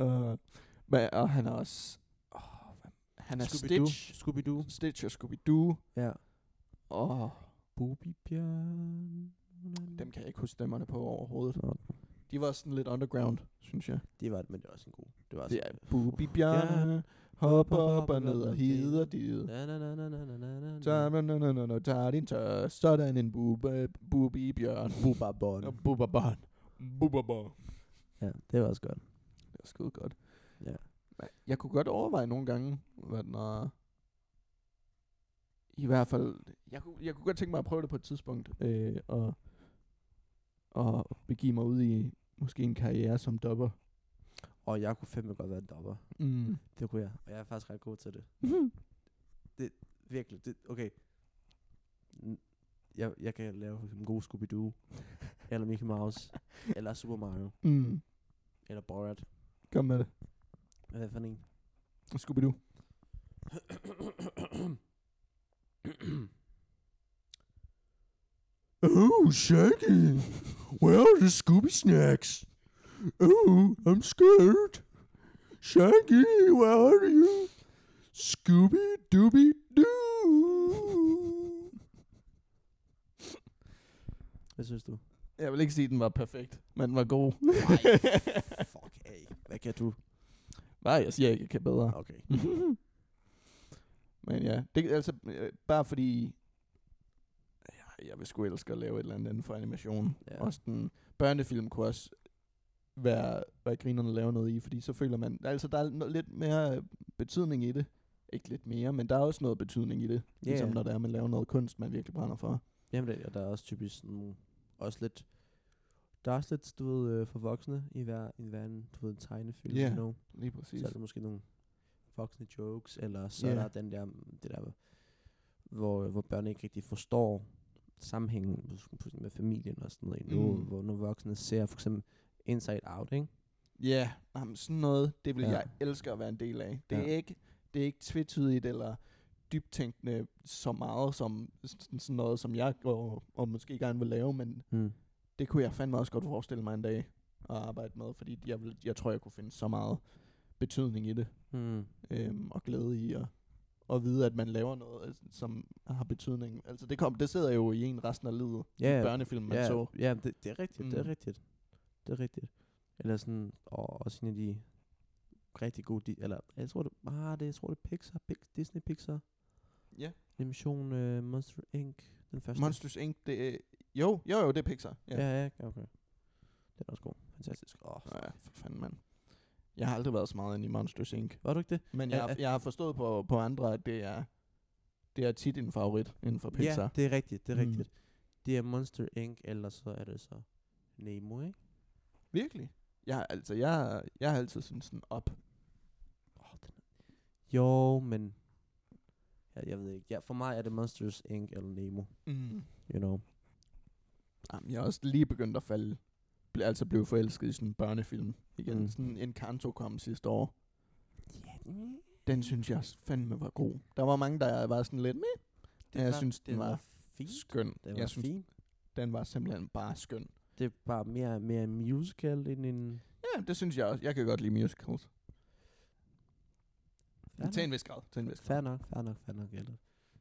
Uh, men, og han er også... Oh, han er Scooby-Doo. Stitch. Scooby-Doo. Stitch og Scooby-Doo. Ja. Og Booby Bjørn. dem kan jeg ikke huske stemmerne på overhovedet. Nå. De var sådan lidt underground, synes jeg. Det var det, men det var også en god. Det var Det sådan- er Bubi Bjørne, hopper op og ned og hider dit. Na, na, na, na, na, na, na, na, na. Så no, no, no, no, no, tager din tør. Sådan en bube, bubi bjørn. Bubba Bon. Bubabon. Bubabon. Ja, det var også godt. Det var skide godt. Ja. Men Jeg kunne godt overveje nogle gange, hvad den er. I hvert fald, jeg kunne, jeg kunne godt tænke mig at prøve det på et tidspunkt. Øh, og, og begive mig ud i måske en karriere som dopper. Og jeg kunne fandme godt være en dommer. Mm. Mm-hmm. Det kunne jeg. Og jeg er faktisk ret god til det. det virkelig. Det, okay. N- Jeg, jeg kan lave for eksempel god Scooby-Doo. eller Mickey Mouse. eller Super Mario. Mm. Eller Borat. Kom med det. Hvad for en? Scooby-Doo. Oh, Shaggy. Where are the Scooby Snacks? Oh, I'm scared. Shaggy, where are you? Scooby Dooby Doo. Hvad synes du? Jeg vil ikke sige, at den var perfekt, men den var god. Fuck af. Hvad kan du? Nej, jeg siger ikke, jeg kan bedre. Okay. Men ja, det er altså øh, bare fordi, jeg, jeg vil sgu elske at lave et eller andet inden for animation. Ja. Ja. Også den børnefilm kunne også være, være grinerne at lave noget i, fordi så føler man, altså der er no, lidt mere øh, betydning i det. Ikke lidt mere, men der er også noget betydning i det. Ja, Ligesom ja. når der er, man laver noget kunst, man virkelig brænder for. Jamen det, og der er også typisk sådan nogle, også lidt, der er også lidt, du ved, øh, for voksne i hver, i hver en, du ved, tegnefilm. Ja. You know? Lige Så præcis. er der måske nogle voksne jokes, eller så Ja. er der den der, det der, hvor, hvor børn ikke rigtig forstår sammenhængen med- med familien og sådan noget endnu, Mm. mm. hvor når voksne ser for eksempel Inside Out, ikke? Ja, jamen, sådan noget, det vil Ja. ja. jeg elske at være en del af. Det er Ja. ikke det er ikke tvetydigt eller dybtænkende så meget som sådan sådan noget, som jeg går og måske gerne vil lave, men Mm. det kunne jeg fandme også godt forestille mig en dag at arbejde med, fordi jeg, vil, jeg tror, jeg kunne finde så meget betydning i det, Mm. øhm, og glæde i at, at vide, at man laver noget, altså, som har betydning. Altså det, kom, det sidder jo i en resten af livet, Ja, yeah. børnefilm, man ja, yeah. så. Ja, det, det er rigtigt, mm. det er Mm. rigtigt. Det er rigtigt. Eller sådan, og også en af de rigtig gode, di- eller jeg tror det, ah, det, jeg tror det er Pixar, Pix, Disney Pixar, Ja. animation uh, Monster Inc., den første. Monsters Inc., det er, jo, jo, jo, det er Pixar. Ja. Ja, ja, ja, okay. Den er også god. Fantastisk. Åh, Nå Ja, for fanden, mand. Jeg har aldrig været så meget inde i Monsters Inc. var du ikke det? Men Ja, jeg, har- ja. jeg har forstået på, på andre, at det er, det er tit en favorit inden for Pixar. Ja, det er rigtigt, det er Mm. mm. rigtigt. Det er Monster Inc., eller så er det så Nemo, ikke? Virkelig? Jeg, har- altså, jeg, jeg har altid sådan sådan op. Oh, den er... Jo, men... Jeg, jeg ved ikke. Ja, for mig er det Monsters Inc. eller Nemo, Mm. you know. Jamen, jeg er også lige begyndt at falde, ble, altså blev forelsket i sådan en børnefilm igen. Mm. Mm. Sådan Encanto kom sidste år. Ja, den, Den synes jeg også fandme var god. Der var mange, der var sådan lidt med. Ja, jeg synes, den var fint. skøn. Den var jeg synes, fint. den var simpelthen bare skøn. Det er bare mere, mere en musical end en... Ja, det synes jeg også. Jeg kan godt lide musicals. Fair Til en nok. vis grad. Til en vis grad. Fair nok, fair nok, fair nok. Eller,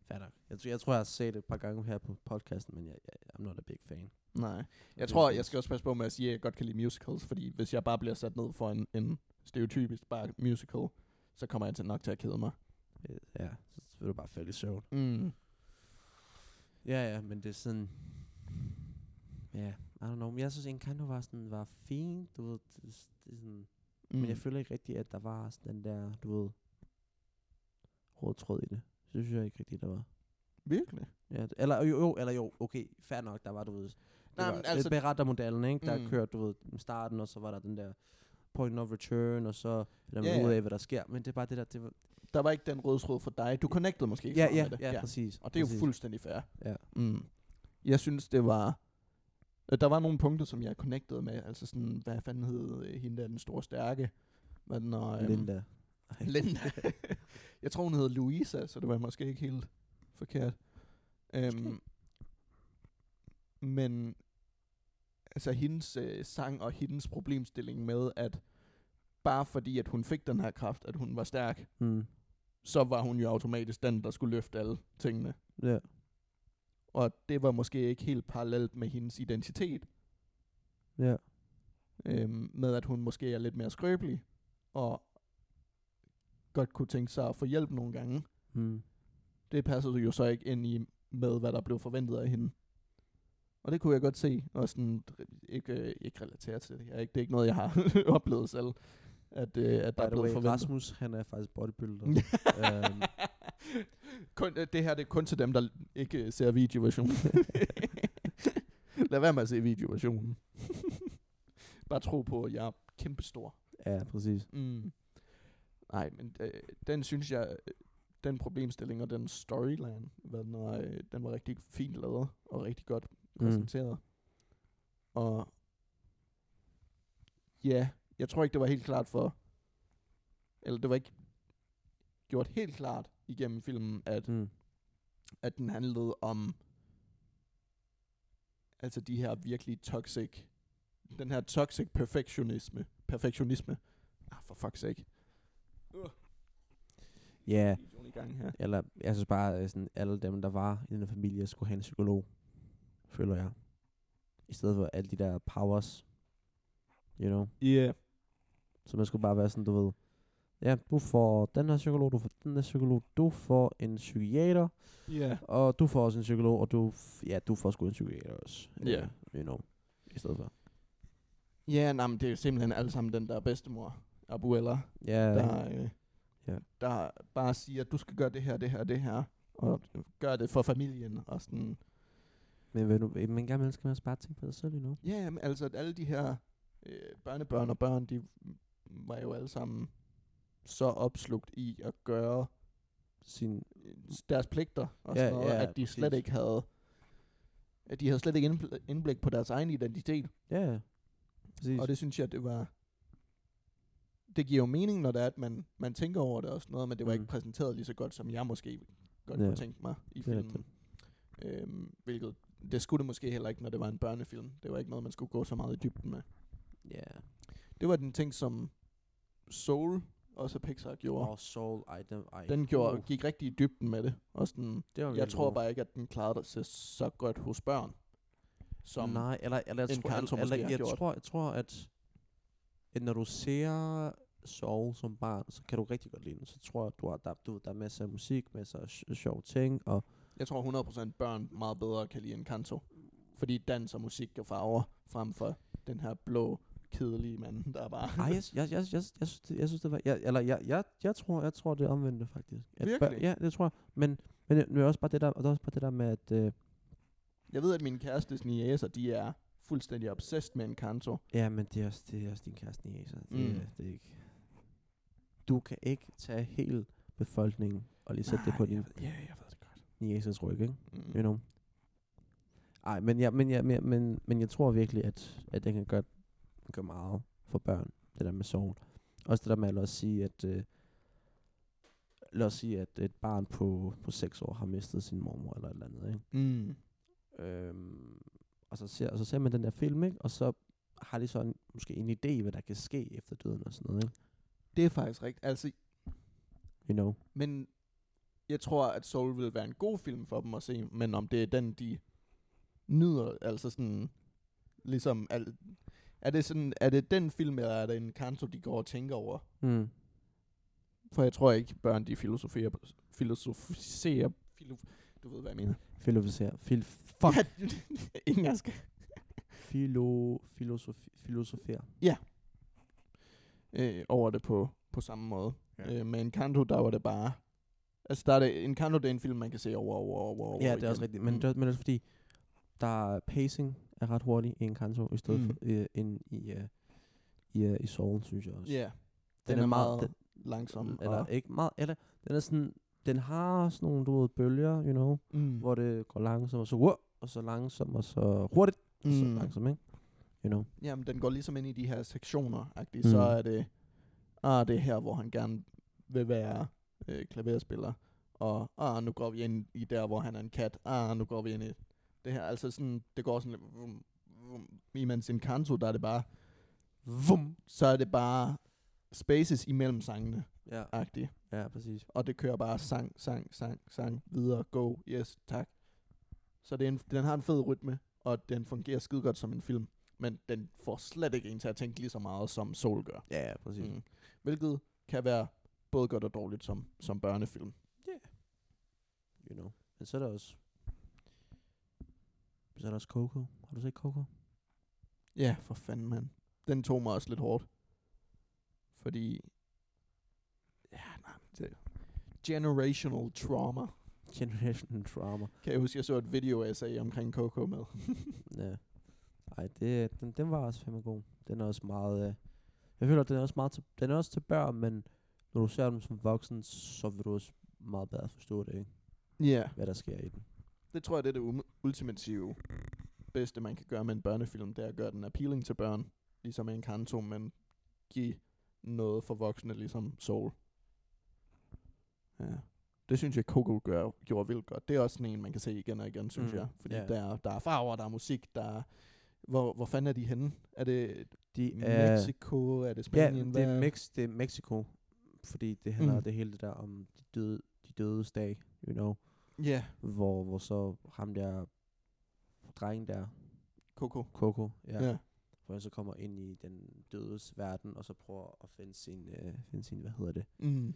fair nok. Jeg, tror, jeg tror, jeg har set det et par gange her på podcasten, men jeg, jeg, I'm not a big fan. Nej. Jeg Det tror, er jeg skal også passe på med at sige, at jeg godt kan lide musicals, fordi hvis jeg bare bliver sat ned for en, en stereotypisk bare musical, så kommer jeg til nok til at kede mig. Øh, Ja, så vil du bare falde i søvn. Mm. Ja, ja, men det er sådan... Ja, I don't know. Men jeg synes, Encanto var sådan, var fint, du ved, det, det er sådan... Mm. Men jeg føler ikke rigtigt, at der var sådan den der, du ved, rød tråd i det. Det synes jeg ikke rigtigt, der var. Virkelig? Ja, d- eller jo, jo, eller jo, okay, fair nok, der var, du ved, det Nej, var men altså, altså- berettermodellen, ikke? Der Mm. mm. kørte, du ved, med starten, og så var der den der point of return, og så finder man Ja, ud ja. af, hvad der sker. Men det er bare det der, det var, Der var ikke den røde tråd for dig. Du connectede måske ikke ja, så meget ja, med det. ja, ja, præcis. Og det er jo præcis. fuldstændig fair. Ja. Mm. Jeg synes, det var... øh, Der var nogle punkter, som jeg connectede med. Altså sådan, hvad fanden hed øh, hende der, den store stærke? Hvad den, øhm, og, Linda. Ej. Linda. jeg tror, hun hedder Louisa, så det var måske ikke helt forkert. Øhm, men altså hendes øh, sang og hendes problemstilling med, at bare fordi, at hun fik den her kraft, at hun var stærk, Mm. så var hun jo automatisk den, der skulle løfte alle tingene. Ja. Og det var måske ikke helt parallelt med hendes identitet, Ja. øhm, med at hun måske er lidt mere skrøbelig, og godt kunne tænke sig at få hjælp nogle gange. Mm. det passede jo så ikke ind i med, hvad der blev forventet af hende. Og det kunne jeg godt se, og sådan ikke, øh, ikke relatere til det. Jeg, er ikke, det er ikke noget, jeg har oplevet selv, at, øh, at der By er the blevet way, forventet. Rasmus, han er faktisk bodybuilder. øhm, kun, øh, det her det er kun til dem, der ikke øh, ser videoversionen. Lad være med at se videoversionen. Bare tro på, at jeg er kæmpestor. Ja, præcis. Mm. Nej, men øh, den synes jeg, øh, den problemstilling og den storyline, hvad den, var, øh, den var rigtig fint lavet og rigtig godt Mm. præsenteret. Og ja, jeg tror ikke, det var helt klart for, eller det var ikke gjort helt klart igennem filmen, at, Mm. at den handlede om altså de her virkelig toxic, den her toxic perfektionisme, perfektionisme, Ah, for fuck's sake. Ja, Videoen i gang her. eller jeg synes bare, øh, sådan, alle dem, der var i den her familie, skulle have en psykolog, føler jeg. I stedet for alle de der powers, you know. Ja. Så man skulle bare være sådan, du ved, ja, du får den her psykolog, du får den her psykolog, du får en psykiater, Ja. og du får også en psykolog, og du, f- ja, du får sgu en psykiater også. Ja. Øh, You know, i stedet for. Ja, nej, men det er jo simpelthen alle sammen den der bedstemor, Abuela, Ja, der, øh, Ja. der bare siger, at du skal gøre det her, det her, det her, og gør det for familien, og sådan, men ved du, men gerne mennesker, man også bare tænke på dig selv, you know. ja, men altså, at alle de her øh, børnebørn og børn, de var jo alle sammen så opslugt i at gøre Sin, øh, deres pligter og Ja, sådan noget, ja, at de slet præcis. ikke havde, at de havde slet ikke indbl- indblik på deres egen identitet. ja, ja. præcis. Og det synes jeg, det var... Det giver jo mening, når det er, at man, man tænker over det og sådan noget, men det var mm. Mm. ikke præsenteret lige så godt, som jeg måske godt Ja. kunne tænke mig i Det er filmen. Øhm, hvilket, det skulle det måske heller ikke, når det var en børnefilm. Det var ikke noget, man skulle gå så meget i dybden med. Ja. Det var den ting, som Soul, også Pixar, gjorde. Og soul, ej, den, ej. Den gjorde, Uh, gik rigtig i dybden med det. Og sådan, det var jeg virkelig tror god. bare ikke, at den klarede sig så godt hos børn. Som, Nej, eller, eller, jeg, en tror, Kanto eller, måske eller har jeg, gjort. tror, jeg tror, at, at når du ser Soul som barn, så kan du rigtig godt lide den. Så tror jeg, at du har, der, du, der er masser af musik, masser af sj- sjove ting, og Jeg tror 100% børn meget bedre kan lide Encanto. Fordi dans og musik og farver frem for den her blå, kedelige mand, der bare... Ej, jeg, jeg, jeg, jeg, jeg, synes, det, jeg synes, det var... Jeg, eller jeg, jeg, jeg, tror, jeg tror, det er omvendt, faktisk. At bør- Virkelig? Ja, det tror jeg. Men, men det, det er også bare det der, og det er også bare det der med, at... Øh, Jeg ved, at mine kærestes niæser, de er fuldstændig obsessed med Encanto. ja, men det er også, det er også din kæreste i så det, Mm. mm. det er ikke... Du kan ikke tage hele befolkningen og lige sætte det på din Ja, jeg ved det godt. niæses ryg, ikke? Mm. You know? Ej, men, ja, men, ja, men, ja, men, men jeg tror virkelig, at, at den kan godt gøre meget for børn, det der med sorg. Også det der med at lad os sige, at, øh, lad os sige, at et barn på, på 6 år har mistet sin mormor eller et eller andet, ikke? Mm. Øhm, og, så ser, og så ser man den der film, ikke? Og så har de sådan måske en idé, hvad der kan ske efter døden og sådan noget, ikke? Det er faktisk rigtigt. Altså, You know? men jeg tror, at Soul vil være en god film for dem at se, men om det er den, de nyder, altså sådan, ligesom, al- er det sådan, er det den film, eller er det en kanto, de går og tænker over? Mm. For jeg tror ikke, børn de filosoferer, filosofiserer, filo, du ved, hvad jeg mener. Filosofer. Fil, Fuck. Ja, engelsk. filo, filosofi, filosofer. Øh, over det på, på samme måde. Ja. Ja. Øh, men Encanto, der var det bare... Altså, der er det, Encanto, det er en film, man kan se over, over, over, over Ja, igen. det er også rigtigt. Men, mm. det, er- men det er også fordi, der er pacing er ret hurtig i en kanto, i stedet mm. Mm. for, øh, end i, øh, i, øh, i Soul, synes jeg også. Ja, den, den er, er meget den, langsom. eller og, ikke meget, eller den er sådan, den har sådan nogle, du ved, bølger, you know, mm, hvor det går langsomt, og så wow, og så langsomt, og så hurtigt, og så Mm. langsomt, ikke? You know. Jamen, den går ligesom ind i de her sektioner, mm. Mm. så er det, ah, det er her, hvor han gerne vil være øh, klaverspiller, og ah, nu går vi ind i der, hvor han er en kat, ah, nu går vi ind i det her, altså sådan, det går sådan lidt, vum, vum. imens en kanto, der er det bare, vum, så er det bare spaces imellem sangene, Ja, agtigt. ja, præcis. og det kører bare sang, sang, sang, sang, videre, go, yes, tak. Så det er en, den har en fed rytme, og den fungerer skide godt som en film, men den får slet ikke en til at tænke lige så meget, som Soul gør. Ja, ja, præcis. Mm. Mm. Hvilket kan være både godt og dårligt som, som børnefilm. Mm. You know. Men så er der også, så er der også Coco. Har du set Coco? Ja, for fanden, mand. Den tog mig også lidt hårdt. Fordi... Ja, nej, men det... Generational trauma. Generation Trauma. Kan jeg huske, jeg så et video-essay omkring Coco med. Ja. Ej, det, den, den var også fandme god. Den er også meget... Øh, Jeg føler, at den er også meget til, den er også til børn, men når du ser dem som voksen, så vil du også meget bedre forstå det, ikke? Ja. Yeah. Hvad der sker i den. Det tror jeg, det er det um- ultimative bedste, man kan gøre med en børnefilm, det er at gøre den appealing til børn, ligesom Encanto, men give noget for voksne, ligesom Soul. Ja. Det synes jeg, Coco gør, gjorde vildt godt. Det er også sådan en, man kan se igen og igen, synes Mm, mm. jeg. Fordi ja. yeah. der, er- der er farver, der er musik, der er... Hvor, hvor fanden er de henne? Er det De er, Mexico? Er det ja, Spanien? det er, Hvad- Mex, det er Mexico, fordi det handler Mm. mm. det hele det der om de døde, de dødes dag, you know, Ja, yeah. hvor, hvor så ham der dreng der, Coco. Coco, ja, Ja. ja. ja. hvor han så kommer ind i den dødes verden, og så prøver at finde sin, øh, finde sin hvad hedder det, Mm.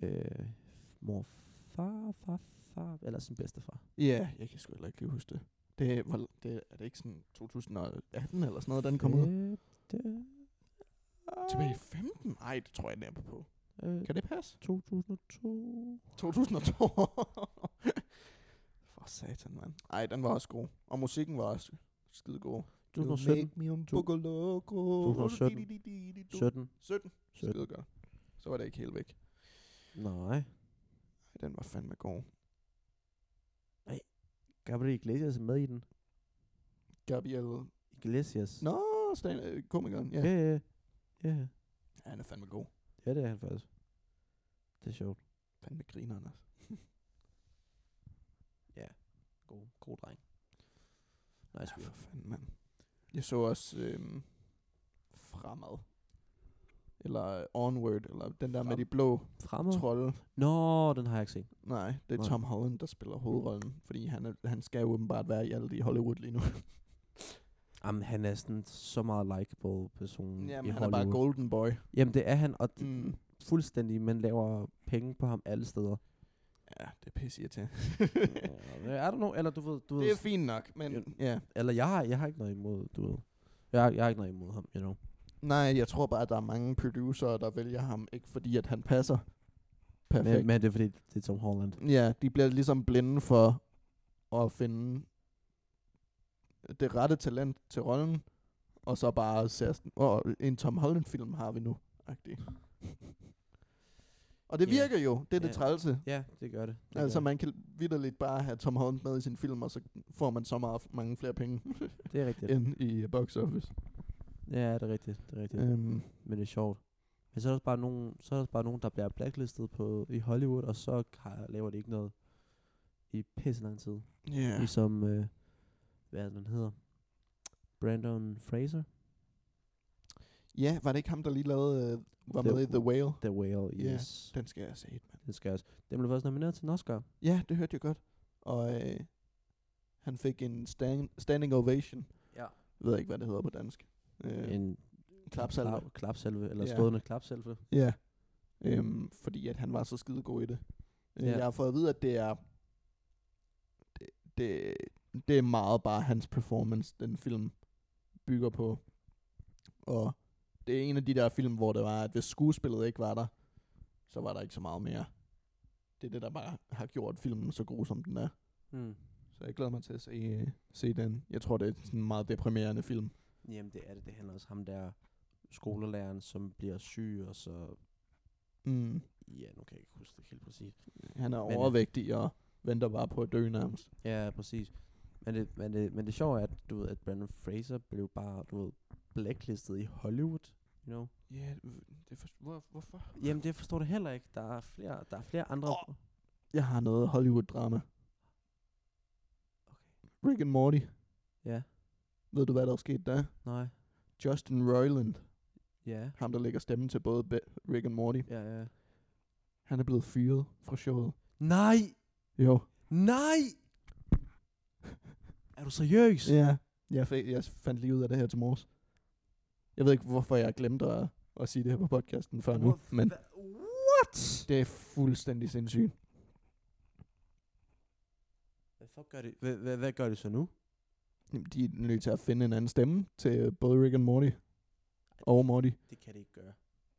øh, mor, far, far, far, eller sin bedstefar. Ja, jeg kan sgu heller ikke lige huske det. Det, er- hvor, det er det ikke sådan 2018 eller sådan noget, den kom ud? Femte- Tilbage i 15? Nej, det tror jeg næppe på. Øh, Kan det passe? 2002. 2002? For satan, mand. Ej, den var også god. Og musikken var også skide god. 2017. me un Tu- poco loco. 2017. 17. 17. 17. Skide godt. Så var det ikke helt væk. Nej. Ej, den var fandme god. Gabriel Iglesias er med i den. Gabriel. Iglesias. Nå, Stan, øh, komikeren. Ja. Ja, ja, ja. ja. ja, han er fandme god. Ja, det er han faktisk. Det er sjovt. Fandme altså. griner, Anders. God, god dreng. Nice Ja, for fyr. fanden, mand. Jeg så også øhm, Fremad. Eller øh, Onward, eller den der med Frem- de blå Fremad? trolde. Nå, den har jeg ikke set. Nej, det er Nej. Tom Holland, der Mm. spiller hovedrollen, fordi han, er, han skal jo åbenbart være i alt i Hollywood lige nu. Mm, Jamen, han er sådan så meget likeable person i Jamen, han er Hollywood. bare golden boy. Jamen, det er han, og mm. Mm. fuldstændig, man laver penge på ham alle steder. Øh, Ja, det pisse jeg til. Er du nogen, eller du ved, du det er ved, fint nok, men Jo. ja. eller jeg har, jeg har ikke noget imod, du ved. Jeg har, jeg har ikke noget imod ham, you know. Nej, jeg tror bare, at der er mange producerer, der vælger ham, ikke fordi, at han passer perfekt. Men, men det er fordi, det er Tom Holland. Ja, de bliver ligesom blinde for at finde det rette talent til rollen, og så bare ser sådan, åh, en Tom Holland-film har vi nu, agtig. Og det Ja. virker jo, det er det Ja. trælse. Ja, det gør det. det Altså, gør man kan vidderligt bare have Tom Holland med i sin film, og så får man så meget, mange flere penge det. det er rigtigt. end i øh, box office. Ja, det er rigtigt. Det er rigtigt. Yeah. Øhm, Men det er sjovt. Men så er der også bare nogen, så er der også bare nogen der bliver blacklistet på, i Hollywood, og så har, laver de ikke noget i pisse lang tid. Ja. yeah. Ligesom, øh, hvad er det, den hedder? Brandon Fraser? Ja, var det ikke ham, der lige lavede, øh, var The- med i The Whale? The Whale, Ja. yes. Den skal jeg have set, mand. Det skal jeg også. Den blev faktisk nomineret til en Oscar. Ja, det hørte jeg godt. Og øh, han fik en stand, standing ovation. Ja. Jeg ved ikke, hvad det hedder på dansk. Øh, en En klapsalve. klap- klapsalve, eller Ja. stående klapsalve. Ja. Øhm, fordi at han var så skide god i det. Øh, Ja. Jeg har fået at vide, at det er... Det, det, det er meget bare hans performance, den film bygger på. Og det er en af de der film, hvor det var, at hvis skuespillet ikke var der, så var der ikke så meget mere. Det er det, der bare har gjort filmen så god, som den er. Mm. Så jeg glæder mig til at se, øh, se den. Jeg tror, det er sådan en meget deprimerende film. Jamen, det er det. Det handler også om ham der skolelæreren, som bliver syg, og så... Mm. Ja, nu kan jeg ikke huske det helt præcist. Han er Men, øh, overvægtig og venter bare på at dø nærmest. Ja, præcis. Men det, men det, men det sjove er, at, du ved, at Brandon Fraser blev bare, du ved, blacklistet i Hollywood. You know? Ja, det for, hvor, hvorfor? Jamen, det forstår det heller ikke. Der er flere, der er flere andre... Åh. Jeg har noget Hollywood-drama. Okay. Rick and Morty. Ja, Ved du, hvad der er sket der? nej. Justin Roiland, Ja, ham der lægger stemmen til både Be- Rick and Morty, ja, ja. han er blevet fyret fra showet. Nej! Jo. Nej! Er du seriøs? Ja. Jeg, fik, jeg fandt lige ud af det her til morges. Jeg ved ikke, hvorfor jeg glemte at, at sige det her på podcasten før nu, Hvor- men hva- What? det er fuldstændig sindssygt. Hvad, fuck gør de? Hvad, hvad, hvad gør de så nu? Jamen, de er nødt til at finde en anden stemme til øh, både Rick and Morty og Morty. Det kan de ikke gøre.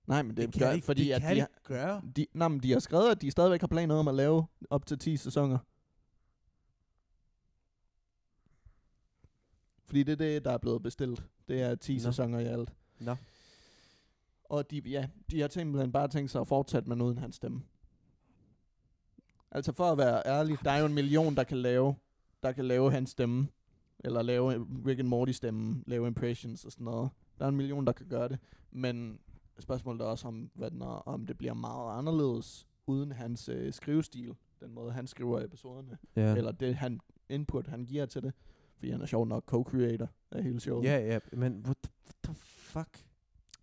Nej, men det, det kan gør, de ikke, fordi det at kan de, de har, ikke gøre. de, nej, men de har skrevet, at de stadigvæk har planer om at lave op til 10 sæsoner. Fordi det er det, der er blevet bestilt. Det er 10 Nå. sæsoner i alt. Nå. Og de, ja, de har simpelthen bare tænkt sig at fortsætte med uden hans stemme. Altså for at være ærlig, der er jo en million, der kan lave, der kan lave hans stemme. Eller lave Rick and Morty stemme, lave impressions og sådan noget. Der er en million, der kan gøre det. Men spørgsmålet er også om, hvad den er, om det bliver meget anderledes uden hans øh, skrivestil. Den måde, han skriver episoderne. Ja. Eller det han input, han giver til det. Fordi han er sjov nok co-creator af hele showet. Ja, ja, men what the, what the fuck?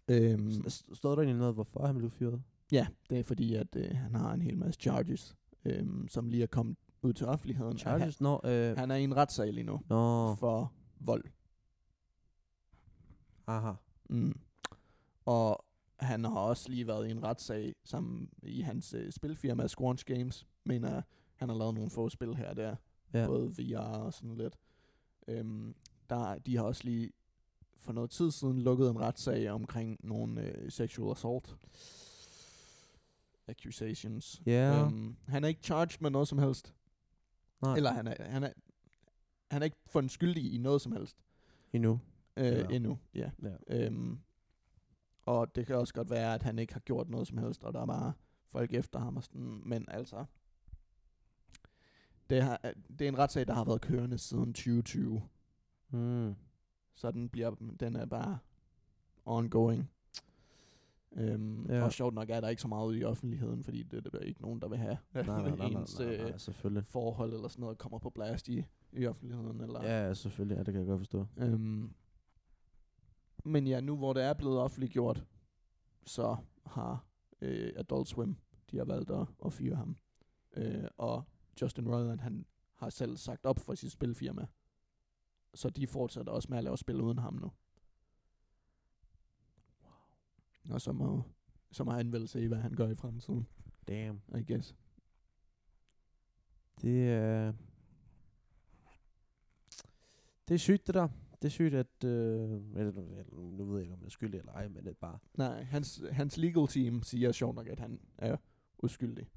Øhm, Mm. Stod der egentlig noget, hvorfor han blev fyret? Ja, det er fordi, at øh, han har en hel masse charges, øh, som lige er kommet ud til offentligheden. Charges? Nå, øh, Han, han er i en retssag lige nu nå, oh. for vold. aha. Mm. Og han har også lige været i en retssag sammen i hans øh, spilfirma Squanch Games, mener jeg. Han har lavet nogle få spil her og der, Ja. ja. både VR og sådan lidt. Øhm, der, de har også lige for noget tid siden lukket en retssag omkring nogle øh, sexual assault accusations, Ja, Øhm, han er ikke charged med noget som helst. nej, Eller han er, han er, han er ikke fundet skyldig i noget som helst endnu. øh, Eller- endnu. Ja. Ja. Øhm, og det kan også godt være, at han ikke har gjort noget som helst, og der er bare folk efter ham og sådan. Men altså, det, har, øh, det er en retssag, der har været kørende siden 2020. Mm. Så den, bliver, den er bare ongoing. Øhm, Ja. Og sjovt nok er der ikke så meget ude i offentligheden, fordi det, det er ikke nogen, der vil have Nej, nej, nej, nej, ens nej, øh, nej, selvfølgelig. forhold eller sådan noget kommer på blast i, i offentligheden. Eller, Ja, ja, selvfølgelig, ja, det kan jeg godt forstå. Øhm, men ja, nu hvor det er blevet offentliggjort, så har øh, Adult Swim, de har valgt at, at fyre ham. Øh, og Justin Roiland, han har selv sagt op for sit spilfirma. Så de fortsætter også med at lave spil uden ham nu. Og så må, så må han vel se, hvad han gør i fremtiden, Damn. I guess. Det er... Det er sygt, det der. Det er sygt, at... Øh, eller, eller, nu ved jeg ikke, om jeg er skyldig eller ej, men det er bare... Nej, hans, hans legal team siger sjovt nok, at han er uskyldig.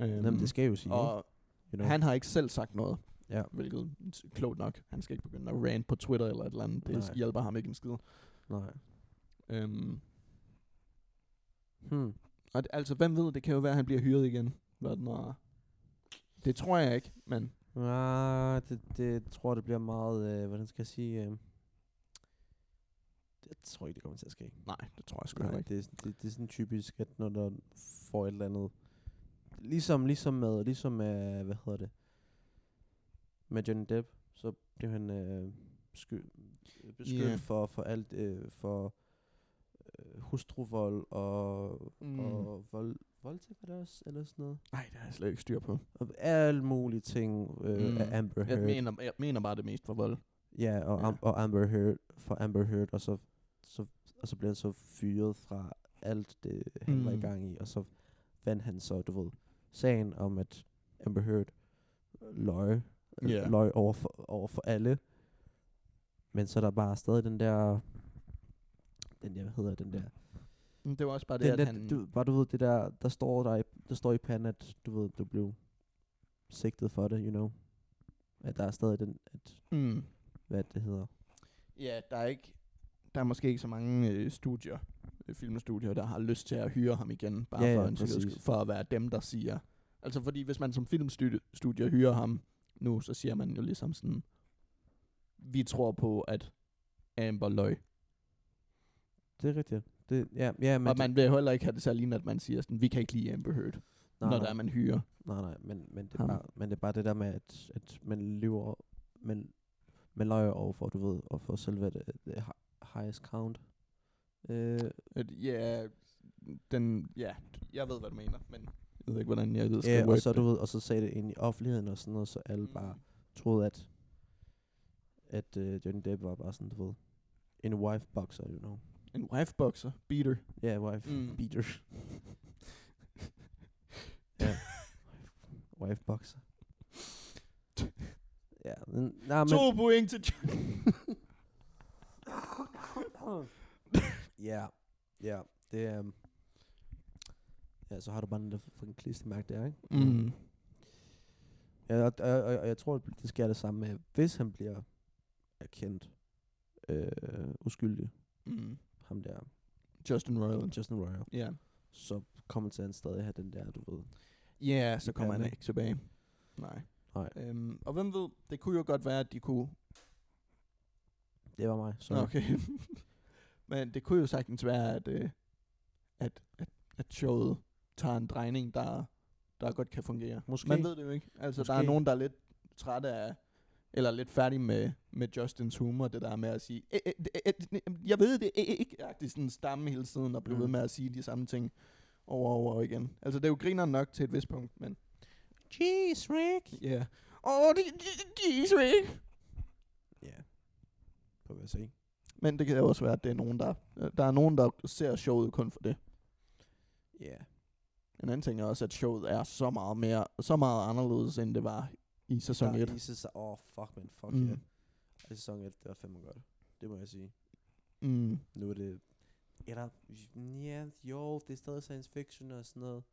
Øhm, Jamen, det skal jeg jo sige, ikke? og you know? No. Han har ikke selv sagt noget. Ja. Hvilket s- klogt nok. Han skal ikke begynde at rant på Twitter eller et eller andet. Det Nej. Nej. hjælper ham ikke en skid. Nej. Øhm, Hmm. og det, altså, hvem ved, det kan jo være, at han bliver hyret igen. Hvad den er. Det tror jeg ikke, men Ah, det, det tror jeg, det bliver meget... Øh, hvordan skal jeg sige? Øh, jeg tror ikke, det kommer til at ske. nej, det tror jeg sgu Nej, heller ikke. det, er- det, det er sådan typisk, at når der får et eller andet... Ligesom, ligesom med, ligesom med, hvad hedder det? Med Johnny Depp, så blev han øh, sky, beskyldt Ja. yeah. for, for alt, øh, for øh, hustruvold og, mm. og vold, voldtægt, var det også, eller sådan noget. Nej, det har jeg slet ikke styr på. Og alle mulige ting øh, mm. Mm. af Amber Jeg Heard. mener, jeg mener bare det mest for vold. Ja, og, Ja. Am- og Amber Heard, for Amber Heard, og så, så, og så blev han så fyret fra alt det, han mm. var i Mm. gang i, og så vandt han så, du ved, sagen om, at Amber Heard løg, Ja. yeah. løg over, for, over for alle, men så er der bare stadig den der, den der, hvad hedder den der, Men Det var også bare det, den at der han... du, bare du ved, det der, der står der, i, der står i panden, at du ved, du blev sigtet for det, you know, at der er stadig den, at, Mm, hvad det hedder, ja, der er ikke... Der er måske ikke så mange øh, studier, øh, filmstudier, der har lyst til at hyre ham igen, bare Ja, ja, for, ja, ja, en sikkerheds skyld, præcis. for at være dem, der siger. Altså fordi, hvis man som filmstudie hyrer ham nu, så siger man jo ligesom sådan, vi tror på, at Amber løg. Det er rigtigt. Det, ja, ja, men og man vil heller ikke have det til at ligne, at man siger sådan, vi kan ikke lide Amber Heard, det, nej, når nej, der er, man hyrer. nej, nej, men, men, det er Ham. bare, men det er bare det der med, at, at man lyver, man, man løjer overfor, du ved, og for selve det, det hi- highest count. Øh, At, ja, den, ja, jeg ved, hvad du mener, men jeg ved ikke, hvordan jeg ved, skal ja, og word så du det. ved, og så sagde det ind i offentligheden og sådan noget, så alle mm. bare troede, at, at uh, Johnny Depp var bare sådan, du ved, en wife boxer, you know. En wifeboxer, beater. Ja, yeah, wife mm. Mm. beater. ja. Wife boxer. ja, men, nej, men, To point til Ja, ja, det er... Um, ja, så har du bare den der fucking klistermærke der, ikke? Mm. Ja, og, og, og, og jeg tror, det sker det samme med, hvis han bliver erkendt øh, uskyldig, Mm. ham der Justin Roiland. Justin Royal, Ja. så kommer til han stadig have den der, du ved. Ja, så I kommer han Batman. ikke tilbage. Nej. Nej. Øhm, og hvem ved, det kunne jo godt være, at de kunne... Det var mig. Så Nå, okay. Men det kunne jo sagtens være, at, øh, at, at, at showet tager en drejning, der, der godt kan fungere. Måske. Man ved det jo ikke. Altså, Måske. der er Måske. nogen, der er lidt trætte af, eller lidt færdige med, med Justins humor, det der med at sige, "Øh, øh, øh, øh, øh, jeg ved det ikke, det sådan stamme hele tiden og blive Mm. ved med at sige de samme ting over og over igen. Altså, det er jo griner nok til et vist punkt, men Jeez, Rick! ja. Yeah. Åh, det er ikke. Ja. På hvad se. Men det kan jo også være, at det er nogen, der, øh, der er nogen, der ser showet kun for det. Ja. En anden ting er også, at showet er så meget mere, så meget anderledes, end det var i sæson Der 1. er lige sæson... Åh, oh, fuck, man. Fuck, Mm. mm. yeah. Og sæson 1, det var fandme godt. Det må jeg sige. Mm. Nu er det... Eller, ja, jo, det er stadig science fiction og sådan noget.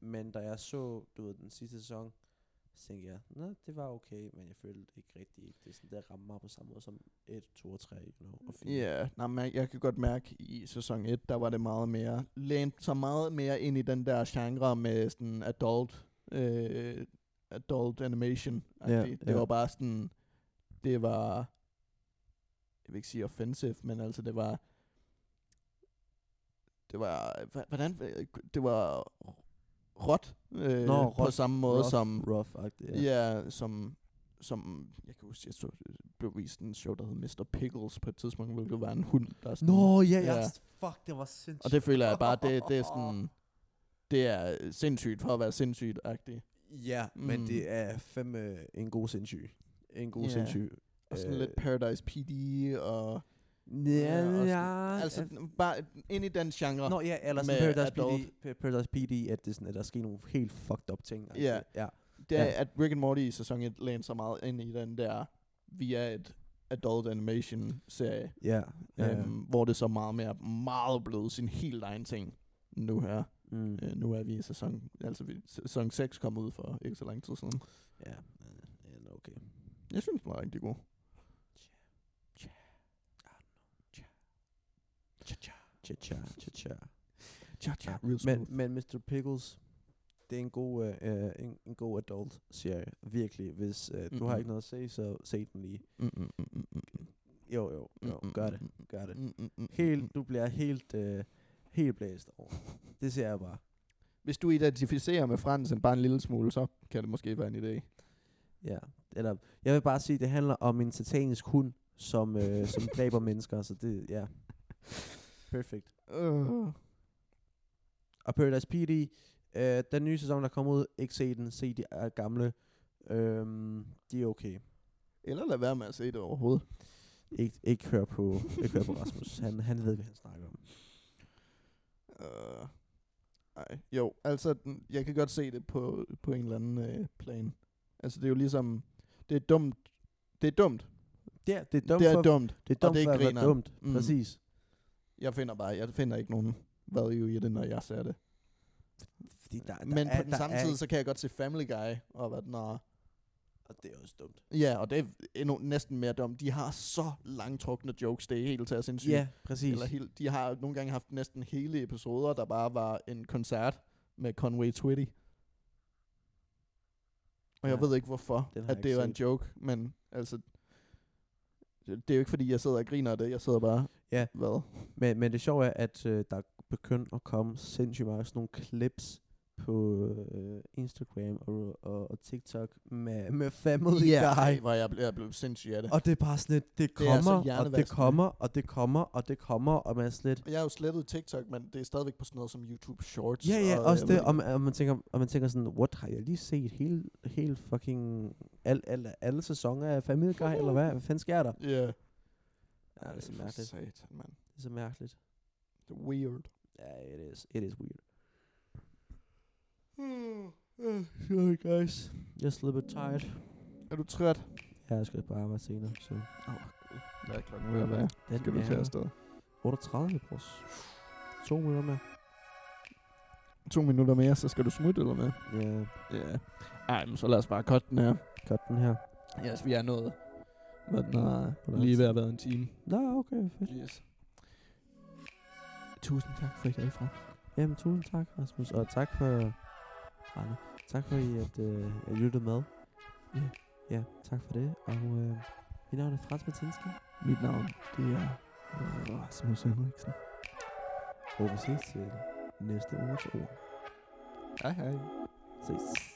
Men da jeg så, du ved, den sidste sæson, så tænkte jeg, nej, det var okay, men jeg følte ikke rigtigt. Det er sådan, det rammer mig på samme måde som 1, 2 og 3, you know, og 4. Ja, yeah. nej, men jeg kan godt mærke, i sæson 1, der var det meget mere, lænt så meget mere ind i den der genre med sådan adult, øh, adult animation. Ja, Yeah, det ja. var bare sådan, det var, jeg vil ikke sige offensive, men altså det var, det var, hva- hvordan, det var råt, øh, Nå, på råt, samme måde rough, som, rough agtigt, ja. Ja, yeah, som, som, jeg kan huske, jeg så, blev vist en show, der hed Mr. Pickles på et tidspunkt, hvilket var en hund, der sådan, Nå, ja, ja. Ja. Fuck, det var sindssygt. og det føler jeg bare, det, det er sådan, det er sindssygt for at være sindssygt-agtig. Ja, men Mm. det er fandme en god sindssyg. En god Ja. sindssyg. Og sådan øh, Øh, lidt Paradise PD, og Ja, og sådan- ja. altså Altså, bare ind i den genre. Nå ja, eller med sådan Paradise adult. PD, Pa- Paradise PD, at det sådan, at der sker nogle helt fucked up ting. altså. Ja. ja. det er, ja. at Rick and Morty i sæson 1 læner så meget ind i den der, vi er et adult animation-serie, Ja. ja, ja. Øhm, hvor det så meget mere, meget blevet sin helt egen ting nu her. Mm. Øh, nu er vi i sæson, altså vi, sæson 6 kom ud for ikke så lang tid siden. Ja. Ja, nå, okay. Jeg synes, den var rigtig god. Cha-cha, cha-cha. Tja, tja, Ja, real smooth. Men, men Mr. Pickles, det er en god, øh, øh, en, en god adult serie. Virkelig. Hvis øh, du har Mhm. ikke noget at se, så se den lige. Mm, mm, mm, mm, mm, mm, Jo, jo, jo. mm, Gør det. mm, mm, Gør det. mm, mm, mm, mm, mm. Helt, du bliver helt, øh, helt blæst over. Det ser jeg bare. Hvis du identificerer med Fransen bare en lille smule, så kan det måske være en idé. Ja. Eller, jeg vil bare sige, det handler om en satanisk hund, som, øh, som dræber mennesker. Så det, ja. Perfekt. Uh. Og Paradise PD, øh, den nye sæson, der kommer ud, ikke se den, se de er gamle. Øhm, de er okay. Eller lad være med at se det overhovedet. Ik- ikke hør på, ikke hør på Rasmus. Han, han ved, hvad han snakker om. Uh. Ej, jo, altså, den- jeg kan godt se det på, på en eller anden øh, plan. Altså, det er jo ligesom, det er dumt, det er dumt, Det er, det er dumt dumt det er for, dumt. det er og dumt det er for at være grineren. dumt. Mm. Mm. Præcis. Jeg finder bare, jeg finder ikke nogen value i det, når jeg ser det. Fordi der, der Men er, på den der samme er, tid, så kan jeg godt se Family Guy, og hvad den er. Og det er også dumt. Ja, og det er endnu næsten mere dumt. De har så langtrukne jokes, det er helt til at sindssygt. Ja, præcis. Eller helt, de har nogle gange haft næsten hele episoder, der bare var en koncert med Conway Twitty. Og jeg Nej, ved ikke hvorfor, den har at jeg det ikke var en set. joke, men altså... Det det er jo ikke, fordi jeg sidder og griner af det. Jeg sidder bare... Ja. Hvad? Men, men det sjove er, at øh, der er begyndt at komme sindssygt mange sådan nogle clips på øh, Instagram og, og, og TikTok med, med Family Guy. hvor jeg blev, jeg blev sindssyg af det. Og det er bare sådan lidt, det Det er så kommer, det og hjernevaskende. det kommer, og det kommer, og det kommer, og man er sådan lidt, Og jeg har jo slettet TikTok, men det er stadigvæk på sådan noget som YouTube Shorts. ja ja, og øh, også jeg det, ved og man, og man, tænker, og man tænker sådan, what, har jeg lige set hele, hele fucking, al, al, alle sæsoner af Family Guy, eller hvad, hvad fanden sker der? ikke. Ja. Ja, det er så for mærkeligt, Satan, mand. det er så mærkeligt. Det er weird. Ja, it is, it is weird. Øh, Sorry guys, just a little bit tired. Er du træt? Ja, jeg skal på arbejde senere, så. Åh, oh, gud. Hvad er klokken ved at være? Den Skal du tage er afsted? 38, brors. To minutter med. To minutter mere, så skal du smutte eller hvad? Ja, Ja. Ej, men så lad os bare cutte den her. godt den her. Ja, yes, vi er nået. Hvad den har Hvor lang lige tid? ved at være en time. Nå, okay, fedt. Yes. Tusind tak for i dag, Frank. Jamen, tusind tak, Rasmus. Og tak for... Arne, tak for, I, at øh, jeg lyttede med. Ja. ja, tak for det. Og øh, mit navn er Frans Martinski. Mit navn, det er øh, Rasmus Henriksen. Og vi ses til næste uge til ord. Hej hej. Ses.